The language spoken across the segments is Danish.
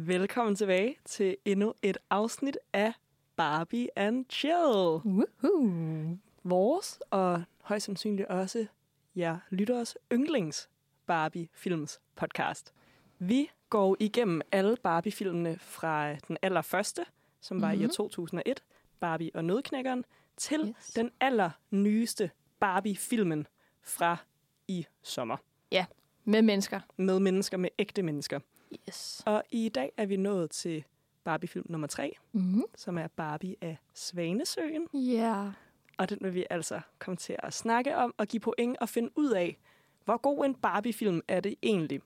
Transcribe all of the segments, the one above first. Velkommen tilbage til endnu et afsnit af Barbie and Chill. Woohoo. Vores, og højst sandsynligt også jer lytteres yndlings Barbie Films podcast. Vi går igennem alle Barbie-filmene fra den allerførste, som var mm-hmm. i år 2001, Barbie og Nødknækkeren, til yes. Yes. den allernyeste Barbie-filmen fra i sommer. Med mennesker. Med mennesker, med ægte mennesker. Yes. Og i dag er vi nået til Barbie-film nummer 3, Mm. som er Barbie af Svanesøen. Yeah. Og den vil vi altså komme til at snakke om og give point og finde ud af, hvor god en Barbie-film er det egentlig.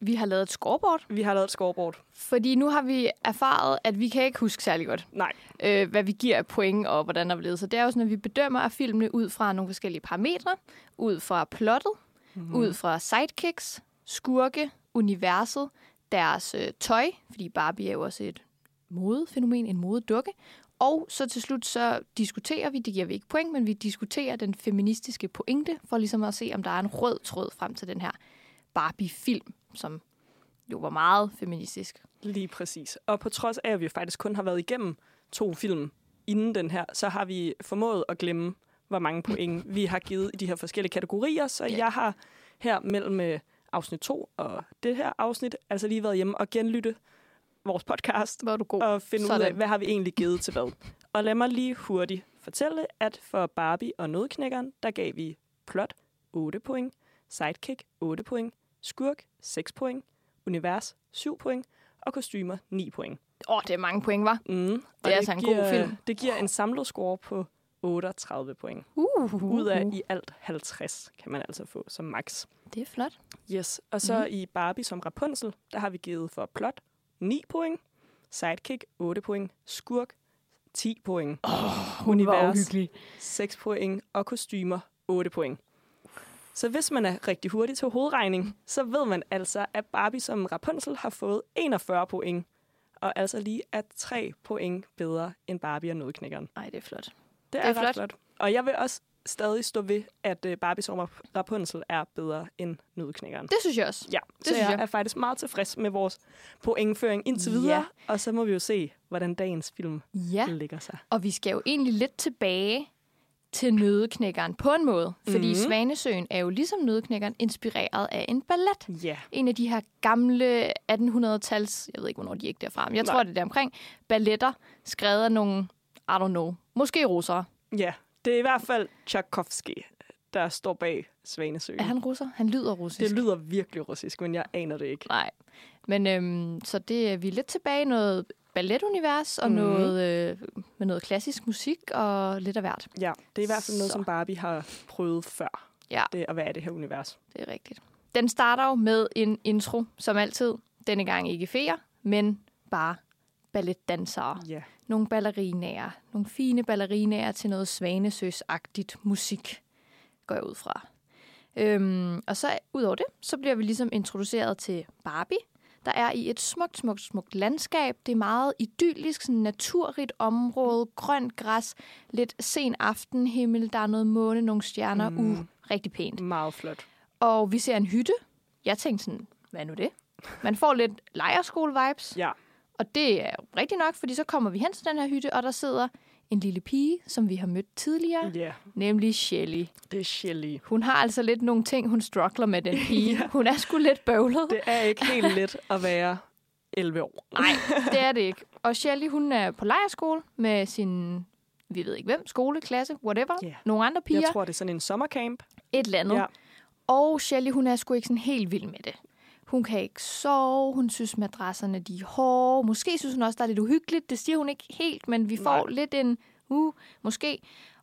Vi har lavet et scoreboard, Vi har lavet et scoreboard. fordi nu har vi erfaret, at vi kan ikke huske særlig godt, Nej, øh, hvad vi giver af point og hvordan der bliver. Så det er jo sådan, at vi bedømmer af filmene ud fra nogle forskellige parametre. Ud fra plottet, mm. ud fra sidekicks, skurke, universet, deres øh, tøj, fordi Barbie er jo også et modefænomen, en modedukke. Og så til slut så diskuterer vi, det giver vi ikke point, men vi diskuterer den feministiske pointe, for ligesom at se, om der er en rød tråd frem til den her Barbie-film, som jo var meget feministisk. lige præcis. Og på trods af, at vi faktisk kun har været igennem to film inden den her, så har vi formået at glemme, hvor mange point vi har givet i de her forskellige kategorier. Så Ja. jeg har her mellem øh, afsnit 2 og det her afsnit, altså lige været hjemme og genlytte vores podcast, Hvor er du god. og finde ud af, Sådan. hvad har vi egentlig givet til hvad. Og lad mig lige hurtigt fortælle, at for Barbie og Nødknækkeren, der gav vi plot 8 point, sidekick 8 point, skurk 6 point, univers 7 point og kostymer 9 point. Åh, oh, det er mange point, var. Mm. Det altså en god giver, film. Det giver en samlet score på 38 point. Uh, Ud af i alt 50 kan man altså få som max. Det er flot. Yes, og så mm. i Barbie som Rapunzel, der har vi givet for plot 9 point, sidekick 8 point, skurk 10 point, oh, univers 6 point og kostymer 8 point. Så hvis man er rigtig hurtig til hovedregning, så ved man altså, at Barbie som Rapunzel har fået 41 point, og altså lige er 3 point bedre end Barbie og Nødknækkeren. Nej, det er flot. Det er, det er flot. flot. Og jeg vil også stadig stå ved, at øh, Barbie som Rap- Rapunzel er bedre end Nødknækkeren. Det synes jeg også. Ja, det så synes jeg, jeg jeg. er faktisk meget tilfreds med vores pointføring indtil Ja. videre. Og så må vi jo se, hvordan dagens film Ja. ligger sig. Og vi skal jo egentlig lidt tilbage til nødeknækkeren på en måde. Fordi Mhm. mm. Svanesøen er jo ligesom nødeknækkeren inspireret af en ballet. Ja, En af de her gamle 1800-tals, jeg ved ikke, hvornår de gik derfra, men jeg Nej. tror, det er deromkring, balletter skrevet af nogle, I don't know, måske russere. ja. Det er i hvert fald Tchaikovsky, der står bag Svanesøen. Er han russer? Han lyder russisk. Det lyder virkelig russisk, men jeg aner det ikke. Nej. Men øhm, så det, er- vi er lidt tilbage i noget balletunivers og Mhm. mm. noget, øh, med noget klassisk musik og lidt af hvert. Ja, det er i hvert fald noget, Så. som Barbie har prøvet før. Ja. Det at være i det her univers. Det er rigtigt. Den starter jo med en intro, som altid. Denne gang ikke feer, men bare balletdansere. Ja. Nogle ballerinaer. Nogle fine ballerinaer til noget svanesøsagtigt musik, går jeg ud fra. Øhm, og så ud over det, så bliver vi ligesom introduceret til Barbie, der er i et smukt, smukt, smukt landskab. Det er meget idyllisk, sådan naturrigt område, grønt græs, lidt sen aftenhimmel, der er noget måne, nogle stjerner, mm. uh, rigtig pænt. Meget flot. Og vi ser en hytte. Jeg tænkte sådan, hvad er nu det? Man får lidt lejerskole-vibes. Ja. Og det er rigtigt nok, fordi så kommer vi hen til den her hytte, og der sidder en lille pige, som vi har mødt tidligere, Ja, nemlig Shelly. det er Shelley. Hun har altså lidt nogle ting, hun struggler med, den pige. ja. Hun er sgu lidt bøvlet. Det er ikke helt let at være 11 år. Nej, det er det ikke. Og Shelly, hun er på lejerskole med sin, vi ved ikke hvem, skoleklasse, whatever. Ja. Nogle andre piger, Jeg tror, det er sådan en sommercamp. et eller andet. Ja. Og Shelly, hun er sgu ikke sådan helt vild med det. Hun kan ikke sove, hun synes madrasserne de er hårde. Måske synes hun også, der er lidt uhyggeligt. Det siger hun ikke helt, men vi får Nej. lidt en uh, måske.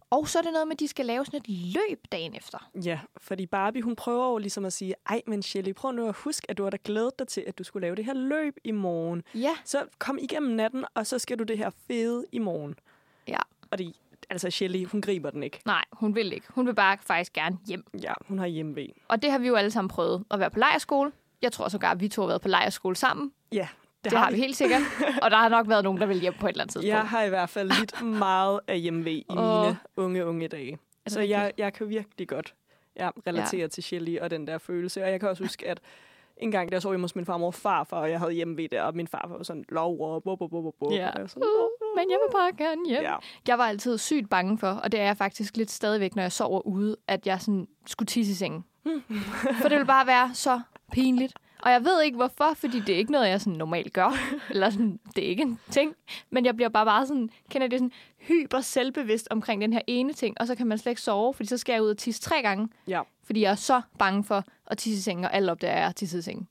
Og så er det noget med, at de skal lave sådan et løb dagen efter. Ja, fordi Barbie, hun prøver jo ligesom at sige, ej, men Shelley, prøv nu at huske, at du har da glædet dig til, at du skulle lave det her løb i morgen. Ja. Så kom igennem natten, og så skal du det her fede i morgen. Ja. Og det, altså Shelley, hun griber den ikke. Nej, hun vil ikke. Hun vil bare faktisk gerne hjem. Ja, hun har hjemmevæg. Og det har vi jo alle sammen prøvet. At være på lejerskole. Jeg tror sågar, at vi to har været på lejerskole sammen. Ja, Det, det har vi helt sikkert. Og der har nok været nogen, der vil hjem på et eller andet tidspunkt. Jeg har i hvert fald lidt meget af hjemmevæg i Åh. mine unge, unge dage. det Så jeg, jeg kan virkelig godt ja, relatere ja. til Shelley og den der følelse. Og jeg kan også huske, at en gang, der så hjemme hos min farmor og farfar, og jeg havde hjemme ved det, og min farfar var sådan lov og bo, bo, bo, bo, bo. Ja. Og jeg var sådan, Uh, men jeg vil bare gerne hjem. ja. Jeg var altid sygt bange for, og det er jeg faktisk lidt stadigvæk, når jeg sover ude, at jeg sådan skulle tisse i sengen. for det ville bare være så pinligt. Og jeg ved ikke hvorfor, fordi det er ikke noget, jeg sådan normalt gør. Eller sådan, det er ikke en ting. Men jeg bliver bare bare sådan, kender det sådan hyper selvbevidst omkring den her ene ting. Og så kan man slet ikke sove, fordi så skal jeg ud og tisse tre gange. ja. Fordi jeg er så bange for at tisse i sengen, og alt opdager, at jeg har tisset i sengen.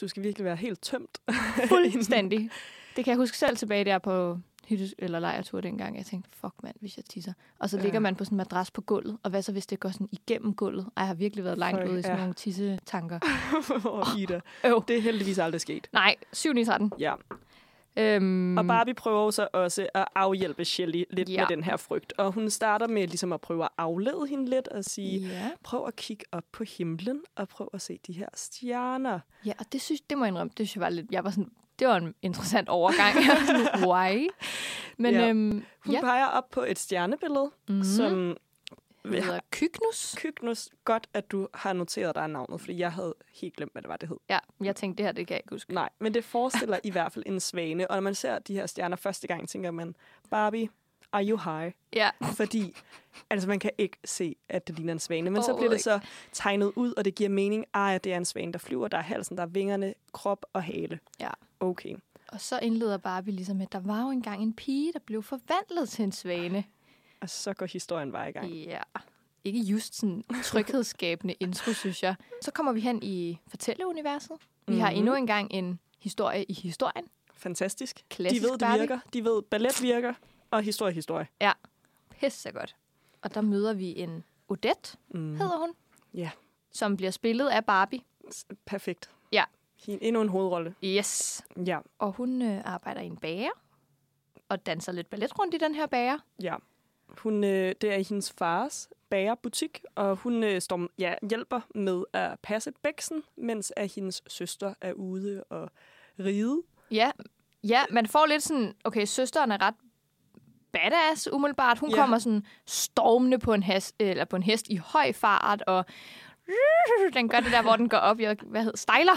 Du skal virkelig være helt tømt. Fuldstændig. Det kan jeg huske selv tilbage der på hyttes- eller lejertur dengang. Jeg tænkte, fuck mand, hvis jeg tisser. Og så Ja. ligger man på sådan en madras på gulvet, og hvad så hvis det går sådan igennem gulvet? Ej, jeg har virkelig været langt Fuck, ude i sådan ja. nogle tissetanker. og Ida. Øv. Det er heldigvis aldrig sket. Nej, 7 i 13. Ja. Øhm, Og Barbie prøver jo så også at afhjælpe Shelly lidt Ja. ja. med den her frygt. Og hun starter med ligesom at prøve at aflede hende lidt og sige, Ja. prøv at kigge op på himlen og prøv at se de her stjerner. ja, og det, synes, det må jeg indrømme. Det synes jeg var lidt... Jeg var sådan, det var en interessant overgang. Jeg var sådan, Why? Men ja. Ja. øhm, Hun Ja. ja. peger op på et stjernebillede, Mhm. mm-hmm. som det hedder Kygnus. Kygnus, godt, at du har noteret dig navnet, fordi jeg havde helt glemt, hvad det var, det hed. Ja, jeg tænkte, det her, det kan jeg ikke huske. Nej, men det forestiller i hvert fald en svane. Og når man ser de her stjerner første gang, tænker man, Barbie, are you high? Ja, Fordi altså, man kan ikke se, at det ligner en svane. Men så bliver det Overhovedet så tegnet ud, og det giver mening. Ej, det er en svane, der flyver. Der er halsen, der er vingerne, krop og hale. Ja. Okay. Og så indleder Barbie ligesom, at der var jo engang en pige, der blev forvandlet til en svane. Og så går historien bare i gang. Ja. Ikke just sådan tryghedsskabende intro, synes jeg. Så kommer vi hen i fortælleuniverset. Vi har Mhm. endnu engang en historie i historien. Fantastisk. Klassisk de ved, det Barbie. virker. De ved, ballet virker. Og historie, historie. Pisse godt. Og der møder vi en Odette, Mm. hedder hun. Ja. Som bliver spillet af Barbie. S- Perfekt. Ja. Hin- Endnu en hovedrolle. Yes. Ja. Og hun øh, arbejder i en bager. Og danser lidt ballet rundt i den her bager. Ja. Hun, øh, det er hendes fars bagerbutik, og hun øh, står, ja, hjælper med at passe bæksen, mens at hendes søster er ude og ride. Ja, ja, man får lidt sådan, okay, søsteren er ret badass umiddelbart. Hun ja. Ja. kommer sådan stormende på en, has, eller på en hest i høj fart, og den gør det der, hvor den går op, jeg, hvad hedder, stejler.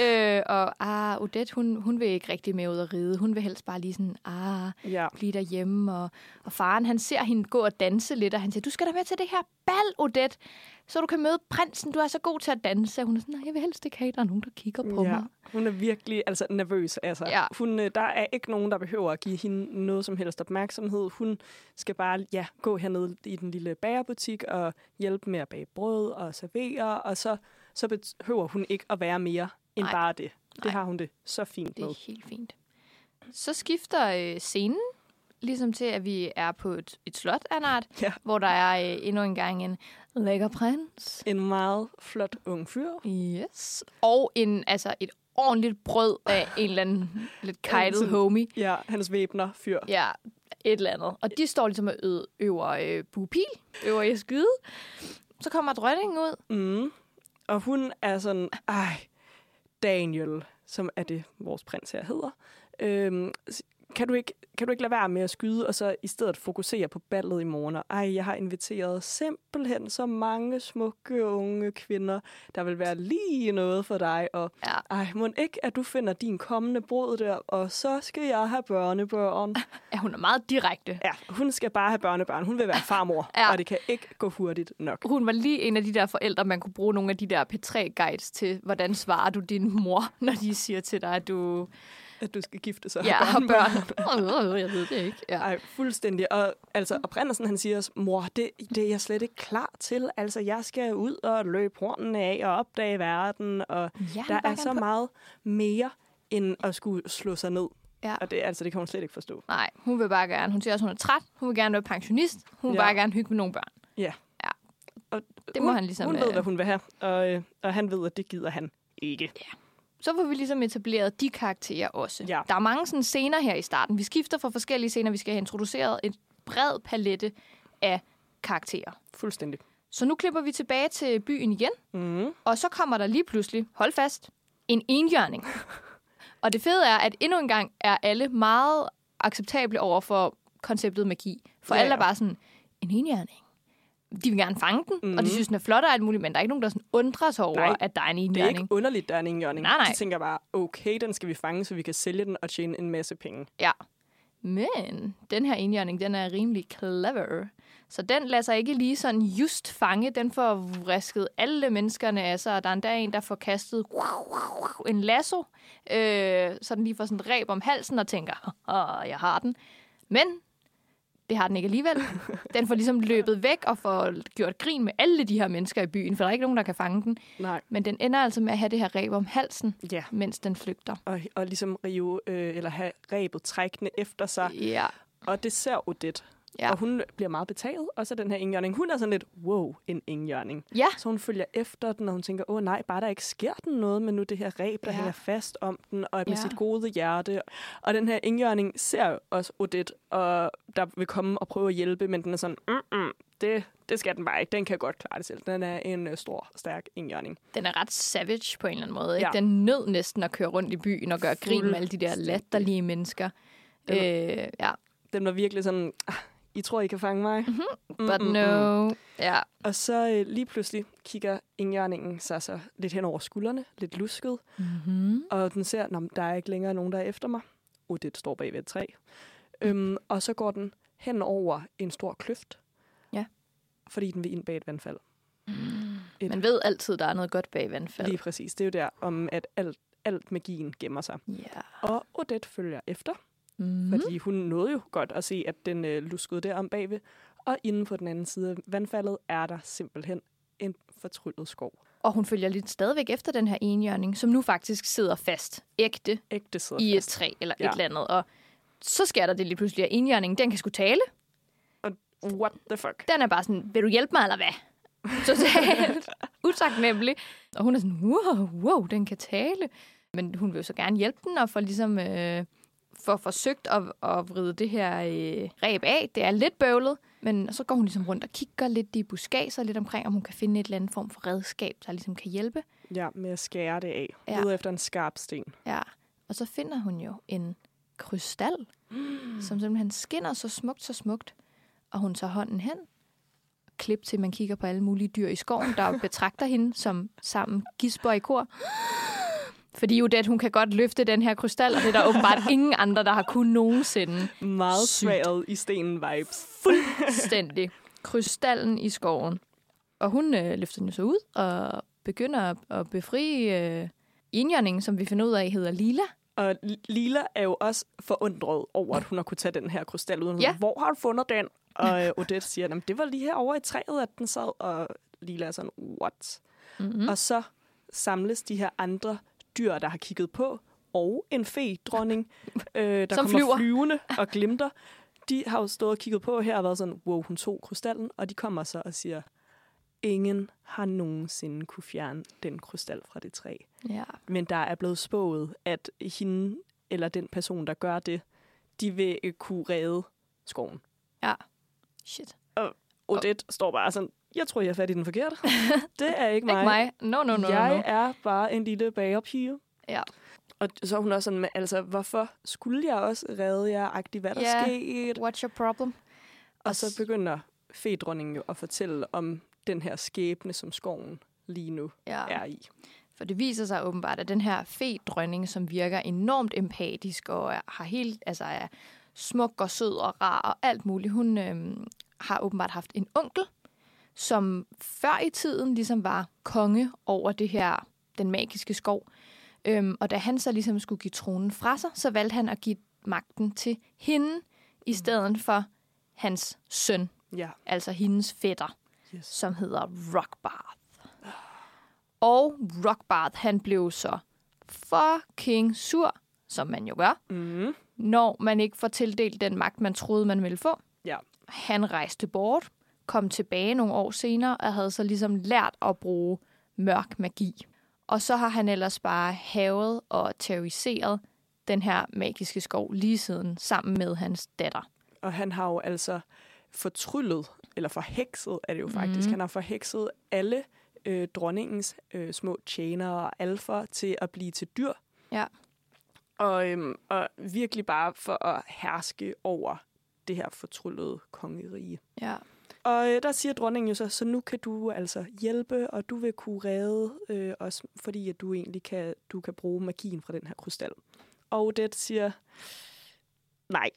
øh, og ah, Odette, hun, hun vil ikke rigtig med ud at ride. Hun vil helst bare lige sådan, ah, Ja. blive derhjemme. Og, og faren, han ser hende gå og danse lidt, og han siger, du skal da med til det her bal, Odette, så du kan møde prinsen, du er så god til at danse. Og hun er sådan, nej, jeg vil helst ikke have, at der er nogen, der kigger på ja. mig. Hun er virkelig altså, nervøs. Altså. Ja. Hun, øh, der er ikke nogen, der behøver at give hende noget som helst opmærksomhed. Hun skal bare ja, gå hernede i den lille bagerbutik og hjælpe med at bage brød og servere, og så, så behøver hun ikke at være mere end Nej. bare det. Det Nej. har hun det så fint Det med. er helt fint. Så skifter øh, scenen ligesom til, at vi er på et, et slot af en art, Ja. hvor der er øh, endnu engang en lækker prins. En meget flot ung fyr. Yes. Og en, altså et ordentligt brød af en eller anden lidt kajtet Sådan- homie. Ja, hans væbner fyr. Ja, et eller andet. Og de står ligesom og ø- øver øh, bupil, øver i at skyde. Så kommer dronningen ud. Mm. Og hun er sådan, ej, Daniel, som er det, vores prins her hedder, øhm, s- kan, du ikke, kan du ikke lade være med at skyde, og så i stedet fokusere på ballet i morgen? Og ej, jeg har inviteret simpelthen så mange smukke unge kvinder. Der vil være lige noget for dig, og Ja. ej, må ikke, at du finder din kommende brud der, og så skal jeg have børnebørn. Ja, hun er meget direkte. Ja, hun skal bare have børnebørn. Hun vil være farmor, Ja. ja. og det kan ikke gå hurtigt nok. Hun var lige en af de der forældre, man kunne bruge nogle af de der P3-guides til, hvordan svarer du din mor, når de siger til dig, at du At du skal gifte sig og ja, have har børnebørn. børn. Øh, jeg ved det ikke. Ja. Ej, fuldstændig. Og, altså, og Brendersen, han siger også, mor, det, det er jeg slet ikke klar til. Altså, jeg skal ud og løbe hornene af og opdage verden, og Mm. Ja, der er så meget mere end at skulle slå sig ned. Ja. Og det, altså, det kan hun slet ikke forstå. Nej, hun vil bare gerne. Hun siger også, hun er træt. Hun vil gerne være pensionist. Hun vil Ja. bare gerne hygge med nogle børn. Og Det må hun, han ligesom, Hun ved, øh, hvad hun vil have, og, øh, og han ved, at det gider han ikke. Så får vi ligesom etableret de karakterer også. Ja. Der er mange sådan scener her i starten. Vi skifter fra forskellige scener. Vi skal have introduceret en bred palette af karakterer. Fuldstændig. Så nu klipper vi tilbage til byen igen. Mm. Og så kommer der lige pludselig, hold fast, en enhjørning. og det fede er, at endnu en gang er alle meget acceptable over for konceptet magi. For ja, Ja, alle er ja. bare sådan, en enhjørning. de vil gerne fange den, mm-hmm. og de synes, den er flot og alt muligt, men der er ikke nogen, der sådan undrer sig over, Mhm. Nej, Nej, at der er en Det er ikke enhjørning. underligt, der er en enhjørning. Nej, nej. De tænker bare, okay, den skal vi fange, så vi kan sælge den og tjene en masse penge. Ja. Men den her enhjørning, den er rimelig clever. Så den lader sig ikke lige sådan just fange. Den får vrisket alle menneskerne af sig, og der er endda en, der får kastet en lasso, øh, så den lige får sådan et ræb om halsen og tænker, Åh, jeg har den. Men det har den ikke alligevel. Den får ligesom løbet væk og får gjort grin med alle de her mennesker i byen, for der er ikke nogen, der kan fange den. Nej. Men den ender altså med at have det her ræb om halsen, Ja, mens den flygter. og, og ligesom rive, øh, eller have rebet trækkende efter sig. Ja. Og det ser Odette. Ja. Ja. Og hun bliver meget betaget, og så den her enhjørning. Hun er sådan lidt, wow, en enhjørning. Ja. Så hun følger efter den, og hun tænker, åh nej, bare der ikke sker den noget med nu det her reb, der ja. Ja. hænger fast om den, og med Ja. ja. sit gode hjerte. Og den her enhjørning ser jo også Odette, og der vil komme og prøve at hjælpe, men den er sådan, mm det, det skal den bare ikke, den kan godt klare det selv. Den er en øh, stor, stærk enhjørning. Den er ret savage på en eller anden måde. Ikke? Ja. Ja. Den nød næsten at køre rundt i byen og gøre grin med alle de der Fuldstændig. latterlige mennesker. Øh, ja, Den var virkelig sådan, "Ah, I tror, I kan fange mig? Mm-hmm. but Mm, mm, no. Ja, Og så øh, lige pludselig kigger indjørningen sig så lidt hen over skuldrene, lidt lusket, Mm. mm-hmm. og den ser, at der er ikke længere nogen, der er efter mig. Oh, det står bag ved et træ. Øhm, og så går den hen over en stor kløft, Ja. fordi den vil ind bag et vandfald. Et- man ved altid, der er noget godt bag vandfald. Lige præcis. Det er jo der, om at alt, alt magien gemmer sig. Ja. Og Odette følger efter, Mm. mm. fordi hun nåede jo godt at se, at den øh, luskede der om bagved. Og inden på den anden side af vandfaldet er der simpelthen en fortryllet skov. Og hun følger lidt stadigvæk efter den her enhjørning, som nu faktisk sidder fast, ægte, Ægte sidder i et fast. træ eller ja. Ja. et eller andet. Og så sker der det lige pludselig, at enhjørningen, den kan skulle tale. What the fuck? Den er bare sådan, vil du hjælpe mig eller hvad? Totalt utaknemmelig. Og hun er sådan, wow, wow, den kan tale. Men hun vil jo så gerne hjælpe den, og får ligesom øh, får forsøgt at, at vride det her øh, ræb af. Det er lidt bøvlet, men så går hun ligesom rundt og kigger lidt i buskager, lidt omkring, om hun kan finde et eller andet form for redskab, der ligesom kan hjælpe. Ja, med at skære det af. Ja. Ja. Leder efter en skarp sten. Ja. Og så finder hun jo en krystal, som simpelthen skinner så smukt, så smukt. Og hun tager hånden hen. Klip til, man kigger på alle mulige dyr i skoven, der jo betragter hende som sammen gisper i kor. Fordi jo det, at hun kan godt løfte den her krystal, og det er der åbenbart ingen andre, der har kunnet nogensinde. Meget Sygt. sværet i stenen vibes. Stændig. Krystallen i skoven. Og hun øh, løfter den jo så ud og begynder at, at befri øh, enhjørningen, som vi finder ud af hedder Lila. Og L- Lila er jo også forundret over, at hun har kunne tage den her krystal uden. Ja. Ja. Hvor har du fundet den? Og øh, Odette siger, at det var lige herovre i træet, at den sad. Og Lila er sådan, what? Mm-hmm. Og så samles de her andre dyr, der har kigget på, og en fe-dronning, øh, der Som kommer flyver. flyvende og glimter. De har jo stået og kigget på her og været sådan, wow, hun tog krystallen. Og de kommer så og siger, ingen har nogensinde kunne fjerne den krystal fra det træ. Ja. Men der er blevet spået, at hende eller den person, der gør det, de vil øh, kunne redde skoven. Ja. Shit. Odette oh. står bare sådan, jeg tror, jeg er fat i den forkerte. det er ikke mig. Ikke mig. No, no, no, jeg no. er bare en lille bagerpige. Ja. Og så er hun også sådan, "Men altså, hvorfor skulle jeg også redde jer? Agtig, hvad der Ja. yeah. skete? What's your problem? Og så begynder fedronningen jo at fortælle om den her skæbne, som skoven lige nu Ja. er i. For det viser sig åbenbart, at den her fe-dronning, som virker enormt empatisk og er, har helt, altså er smuk og sød og rar og alt muligt, hun øhm, har åbenbart haft en onkel, som før i tiden ligesom var konge over det her, den magiske skov. Øhm, og da han så ligesom skulle give tronen fra sig, så valgte han at give magten til hende, i stedet for hans søn, Ja, altså hendes fætter. yes. som hedder Rockbarth. Og Rockbarth, han blev så fucking sur, som man jo gør, Mm. når man ikke får tildelt den magt, man troede, man ville få. Ja. Han rejste bort, kom tilbage nogle år senere og havde så ligesom lært at bruge mørk magi. Og så har han ellers bare havet og terroriseret den her magiske skov lige siden, sammen med hans datter. Og han har jo altså fortryllet, eller forhekset er det jo faktisk, mm. han har forhekset alle øh, dronningens øh, små tjenere og alfer til at blive til dyr. Ja. Og, øhm, og virkelig bare for at herske over det her fortryllede kongerige. Ja. Og øh, der siger dronningen jo så, så nu kan du altså hjælpe, og du vil kunne redde øh, os, fordi at du egentlig kan, du kan bruge magien fra den her krystal. Og det siger, nej,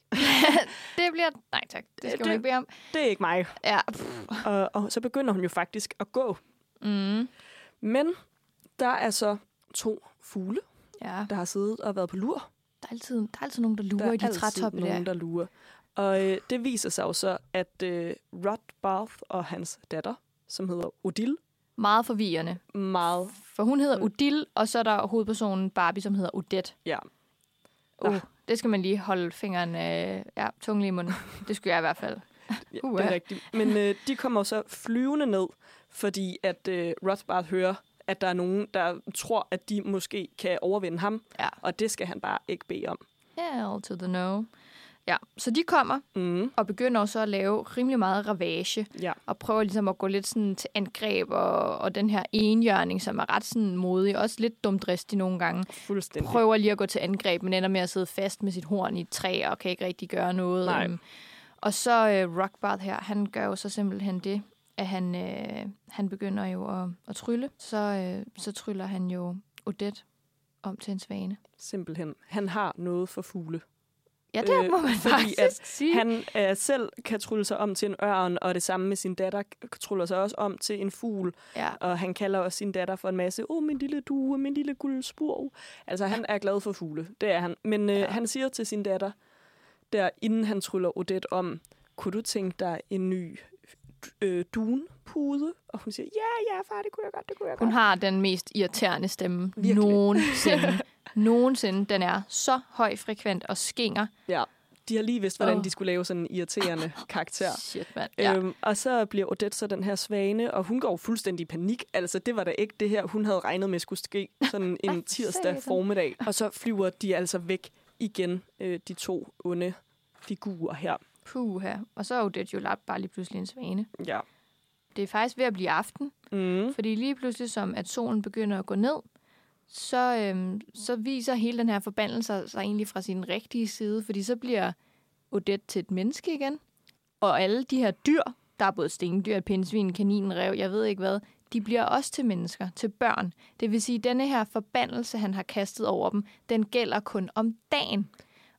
det bliver... Nej tak, det Det- skal Øh, det, man ikke bede om. det er ikke mig. Ja. Og, og så begynder hun jo faktisk at gå. Mm. Men der er så to fugle, ja. der har siddet og været på lur. Der er altid, der er altid nogen, der lurer i der de trætoppe nogen, der. der lurer. Og øh, det viser sig jo så, at øh, Rod Barth og hans datter, som hedder Odile, Meget forvirrende. meget... For hun hedder Odile, og så er der hovedpersonen Barbie, som hedder Odette. Ja, Uh, det skal man lige holde fingeren, øh, ja, tungen lige i munden. Det skulle jeg i hvert fald. ja det Uha. er rigtigt. Men øh, de kommer jo så flyvende ned, fordi at øh, Rod Barth hører, at der er nogen, der tror, at de måske kan overvinde ham. Ja. Og det skal han bare ikke bede om. Hell to the no. Ja, så de kommer Mm, og begynder jo så at lave rimelig meget ravage. ja. og prøver ligesom at gå lidt sådan til angreb, og, og den her enjørning, som er ret sådan modig, også lidt dumdristig nogle gange, Fuldstændig. prøver lige at gå til angreb, men ender med at sidde fast med sit horn i et træ, og kan ikke rigtig gøre noget. Nej. Øhm, Og så øh, Rockbarth her, han gør jo så simpelthen det, at han, øh, han begynder jo at, at trylle. Så, øh, så tryller han jo Odette om til en svane. Simpelthen. Han har noget for fugle. Ja, det Øh, øh, må man fordi faktisk at sige. Han øh, selv kan trylle sig om til en ørn, og det samme med sin datter k- tryller sig også om til en fugl. ja. Og han kalder også sin datter for en masse, åh, min lille due, min lille guldspurv. Altså, han er glad for fugle, det er han. Men øh, ja. Ja. han siger til sin datter, der inden han tryller Odette om, kunne du tænke dig en ny øh, dunpude? Og hun siger, ja, ja, far, det kunne jeg godt, det kunne jeg Hun godt. har den mest irriterende stemme Virkelig. Virkelig. nogensinde. nogensinde. Den er så højfrekvent og skinger. Ja, de har lige vidst, hvordan oh. Åh. de skulle lave sådan en irriterende karakter. Shit, mand. Ja. Ja. Øhm, og så bliver Odette så den her svane, og hun går fuldstændig i panik. Altså, det var da ikke det her, hun havde regnet med skulle ske sådan en tirsdag satan. formiddag. Og så flyver de altså væk igen, øh, de to onde figurer her. Puha. Og så er Odette jo lagt bare lige pludselig en svane. Ja. Det er faktisk ved at blive aften, Mm. fordi lige pludselig som at solen begynder at gå ned, så, øhm, så viser hele den her forbandelse sig egentlig fra sin rigtige side, fordi så bliver Odette til et menneske igen. Og alle de her dyr, der er både stendyr, et pindsvin, en kanin, en rev, jeg ved ikke hvad, de bliver også til mennesker, til børn. Det vil sige, at denne her forbandelse, han har kastet over dem, den gælder kun om dagen.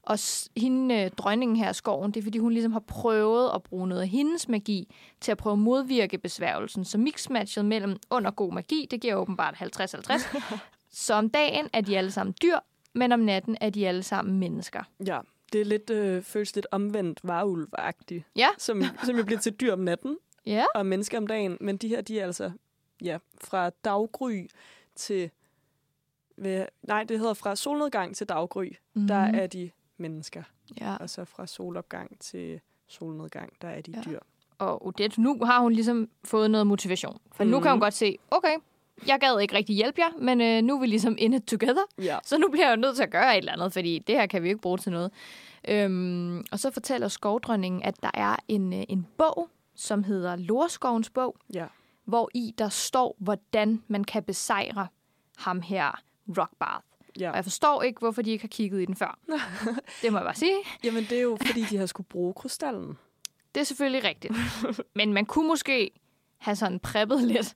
Og s- hende, øh, dronningen her af skoven, det er fordi, hun ligesom har prøvet at bruge noget af hendes magi til at prøve at modvirke besværgelsen. Så mixmatchet mellem under god magi, det giver åbenbart 50-50. Så om dagen er de alle sammen dyr, men om natten er de alle sammen mennesker. Ja, det er lidt, øh, føles lidt omvendt varulvagtigt, Ja, som, som jo bliver til dyr om natten ja. og mennesker om dagen. Men de her, de er altså ja, fra daggry til... Ved, nej, det hedder fra solnedgang til daggry, mm. Mm. der er de mennesker. ja. Og så Altså fra solopgang til solnedgang, der er de ja. Ja. dyr. Og Odette, nu har hun ligesom fået noget motivation. For mm. nu kan Mhm. hun godt se, okay, jeg gad ikke rigtig hjælpe jer, men øh, nu er vi ligesom in it together. Ja. Så nu bliver jeg jo nødt til at gøre et eller andet, fordi det her kan vi jo ikke bruge til noget. Øhm, og så fortæller skovdronningen, at der er en, øh, en bog, som hedder Lorskovens bog, ja. hvor i der står, hvordan man kan besejre ham her, Rockbarth. Og ja. jeg forstår ikke, hvorfor de ikke har kigget i den før. det må jeg bare sige. Jamen, det er jo, fordi de har skulle bruge krystallen. Det er selvfølgelig rigtigt. Men man kunne måske have sådan preppet lidt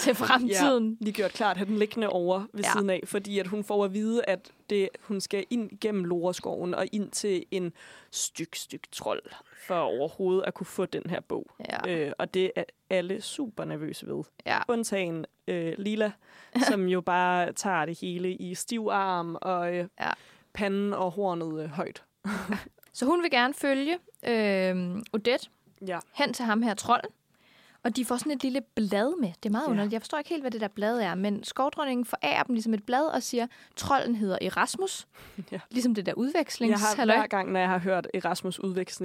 til fremtiden. lige gjort klart, have den liggende over ved ja. Ja. siden af, fordi at hun får at vide, at det, hun skal ind gennem Loreskoven og ind til en styk, styk trold, for overhovedet at kunne få den her bog. Ja. Øh, og det er alle super nervøse ved. Ja. Undtagen øh, Lila, som jo bare tager det hele i stiv arm og øh, ja. Ja. panden og hornet øh, højt. Så hun vil gerne følge øh, Odette Ja. hen til ham her trolden. Og de får sådan et lille blad med. Det er meget Ja. underligt. Jeg forstår ikke helt, hvad det der blad er, men skovdronningen forærer dem ligesom et blad og siger, trolden hedder Erasmus. Ja. Ja. Ligesom det der Jeg har udvekslingshalløj. hver gang, når jeg har hørt Erasmus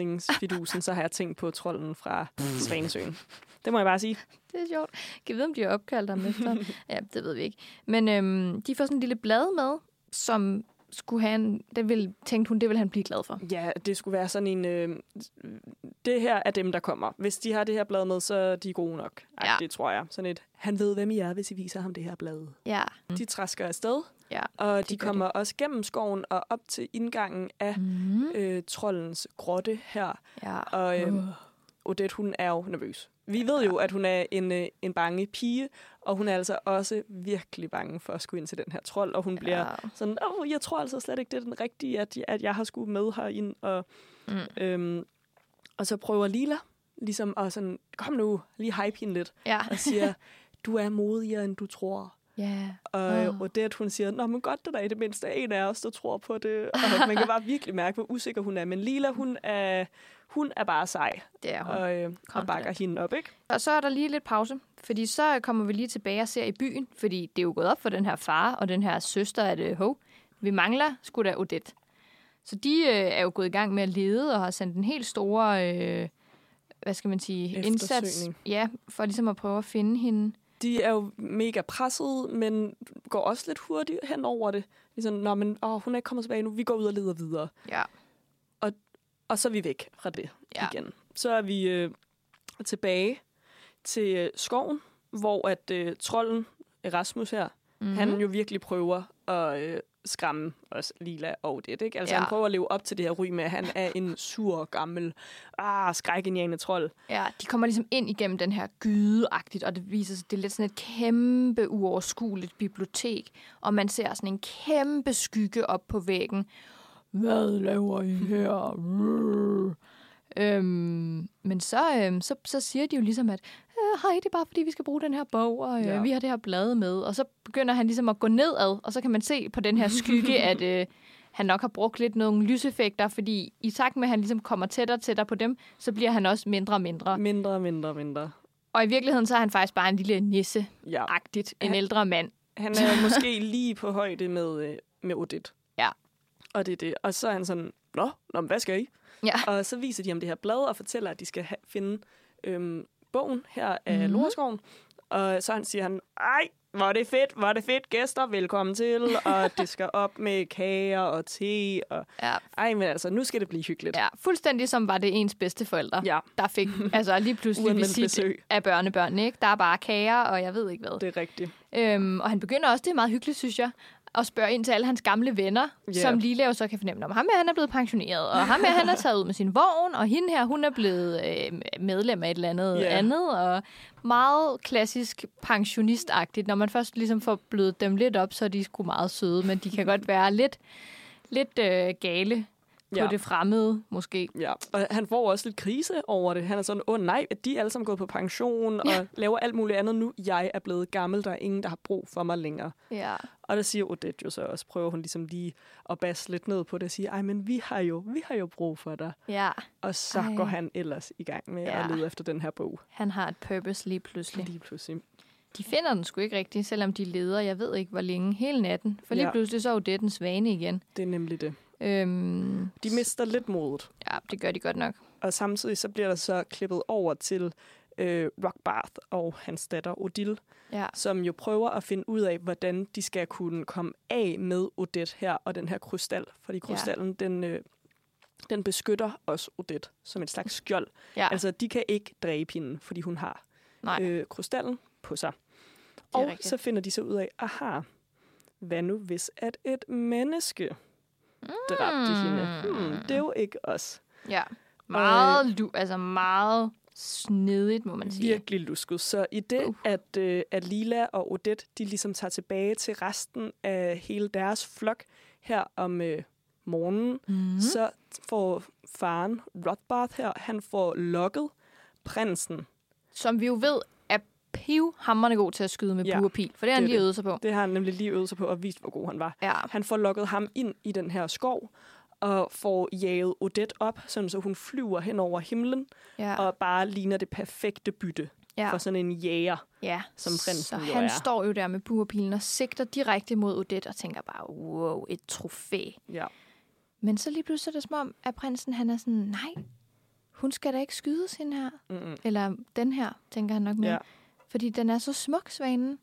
udvekslingsfidusen, så har jeg tænkt på trolden fra Svanesøen. Det må jeg bare sige. Det er sjovt. Kan vi vide, om de har opkaldt ham efter? ja, det ved vi ikke. Men øhm, de får sådan en lille blad med, som skulle han, det ville, tænkte hun, det vil han blive glad for. Ja, det skulle være sådan en... Øh, det her er dem, der kommer. Hvis de har det her blad med, så er de gode nok. Ej, ja. Ja. Det tror jeg. Sådan et, han ved, hvem I er, hvis I viser ham det her blad. Ja. De træsker afsted, Ja. og Mm. de det. kommer også gennem skoven og op til indgangen af Mm. øh, troldens grotte her. Ja. Og øh, Odette, hun er jo nervøs. Vi ved jo, at hun er en, øh, en bange pige, og hun er altså også virkelig bange for at skulle ind til den her trold, og hun ja. bliver sådan, Åh, jeg tror altså slet ikke, det er den rigtige, at, at jeg har skulle med herind. Og, mm. øhm, og så prøver Lila ligesom at sådan, kom nu, lige hype hende lidt, Ja. og siger, du er modigere, end du tror. Ja. Og Åh. oh. Odette, hun siger, Nå, men godt, der er i det mindste en af os, der tror på det. Og man kan bare virkelig mærke, hvor usikker hun er. Men Lila, hun er, hun er bare sej Det er hun. og, øh, og bakker hende op, ikke? Og så er der lige lidt pause, fordi så kommer vi lige tilbage og ser i byen, fordi det er jo gået op for den her far og den her søster, at øh, hov, vi mangler sgu da Odette. Så de øh, er jo gået i gang med at lede og har sendt en helt stor, øh, hvad skal man sige, indsats. Eftersøgning. Ja, for ligesom at prøve at finde hende. De er jo mega presset, men går også lidt hurtigt hen over det. Ligesom, Nå, men åh, hun er ikke kommet tilbage nu, vi går ud og leder videre. Ja. Og så er vi væk fra det Ja. ja. igen. Så er vi øh, tilbage til øh, skoven, hvor at øh, trolden Erasmus her, mm-hmm. han jo virkelig prøver at øh, skræmme os Lila og det, ikke? Altså Ja. ja. han prøver at leve op til det her ry med, at han er en sur, gammel, ah, skrækindjagende trold. Ja, de kommer ligesom ind igennem den her gydeagtigt, og det viser sig, det er lidt sådan et kæmpe uoverskueligt bibliotek, og man ser sådan en kæmpe skygge op på væggen. Hvad laver I her? Rrr. øhm, men så, øhm, så, så siger de jo ligesom, at øh, hej, det er bare fordi, vi skal bruge den her bog, og øh, ja. Ja. vi har det her blade med. Og så begynder han ligesom at gå nedad, og så kan man se på den her skygge, at øh, han nok har brugt lidt nogle lyseffekter, fordi i takt med, at han ligesom kommer tættere og tættere på dem, så bliver han også mindre og mindre. Mindre, mindre, mindre. Og i virkeligheden, så er han faktisk bare en lille nisse-agtigt, Ja. en ældre mand. Han er måske lige på højde med, øh, med Odette. Ja. Og det er det. Og så er han sådan, nå, nå men hvad skal I? Ja. Og så viser de ham det her blad og fortæller, at de skal ha- finde øhm, bogen her af Mhm. mm-hmm. Lorskoven. Og så han siger han, ej, hvor er det fedt, hvor er det fedt, gæster, velkommen til. Og det skal op med kager og te. Og... Ja. Ej, men altså, nu skal det blive hyggeligt. ja, fuldstændig som var det ens bedste forældre, ja der fik altså lige pludselig Uanmeldt visit besøg. af børnebørnene. Ikke? Der er bare kager, og jeg ved ikke hvad. det er rigtigt. Øhm, og han begynder også, det er meget hyggeligt, synes jeg, at spørge ind til alle hans gamle venner, yeah. Ja. som Lila jo så kan fornemme, om ham her, han er blevet pensioneret, og ham her, han er taget ud med sin vogn, og hende her, hun er blevet øh, medlem af et eller andet Ja. yeah. andet, og meget klassisk pensionistagtigt. Når man først ligesom får blødet dem lidt op, så er de sgu meget søde, men de kan godt være lidt, lidt øh, gale på Ja. det fremmede, måske. Ja, og han får også lidt krise over det. Han er sådan, åh oh, nej, at de er alle sammen gået på pension og laver alt muligt andet nu. Jeg er blevet gammel, der er ingen, der har brug for mig længere. Ja. Og der siger Odette jo så også, prøver hun ligesom lige at basse lidt ned på det og sige, ej, men vi har jo, vi har jo brug for dig. ja, Og så Ej. ej. går han ellers i gang med ja. Ja. at lede efter den her bog han har et purpose lige pludselig. lige pludselig. De finder den sgu ikke rigtigt, selvom de leder, jeg ved ikke hvor længe, hele natten. For lige ja. Ja. pludselig så er jo det den svane igen. Det er nemlig det. Øhm, De mister lidt modet, ja, det gør de godt nok. og samtidig så bliver der så klippet over til øh, Rockbarth og hans datter Odile, Ja. som jo prøver at finde ud af, hvordan de skal kunne komme af med Odette her og den her krystal. Fordi krystallen, ja. den, øh, den beskytter også Odette som et slags skjold. ja. Ja. Altså, de kan ikke dræbe hende, fordi hun har Nej, øh, øh, krystallen på sig. er Og rigtigt. så finder de så ud af, aha, hvad nu hvis at et menneske Mm. dræbte hende? Hmm, det er jo ikke os. ja. Meget, du, altså meget snedigt, må man sige. Virkelig lusket. Så i det, Uh. at, øh, at Lila og Odette, de ligesom tager tilbage til resten af hele deres flok her om øh, morgenen, Mm. så får faren Rothbard her, han får lokket prinsen. Som vi jo ved, er pivhammerne god til at skyde med ja. Ja, buerpil, for det det har han er lige det. øvet sig på. Det har han nemlig lige øvet sig på og vist, hvor god han var. Ja. Han får lukket ham ind i den her skov og får jaget Odette op, sådan så hun flyver hen over himlen Ja. og bare ligner det perfekte bytte ja. for sådan en jæger. Ja, som prinsen så jo han er. står jo der med buerpilen og sigter direkte mod Odette og tænker bare, wow, et trofæ. Ja. Men så lige pludselig er det som om, at prinsen han er sådan, nej, hun skal da ikke skydes hende her. Mm-mm. Eller den her, tænker han nok med. Ja. Ja. Fordi den er så smuk, svanen.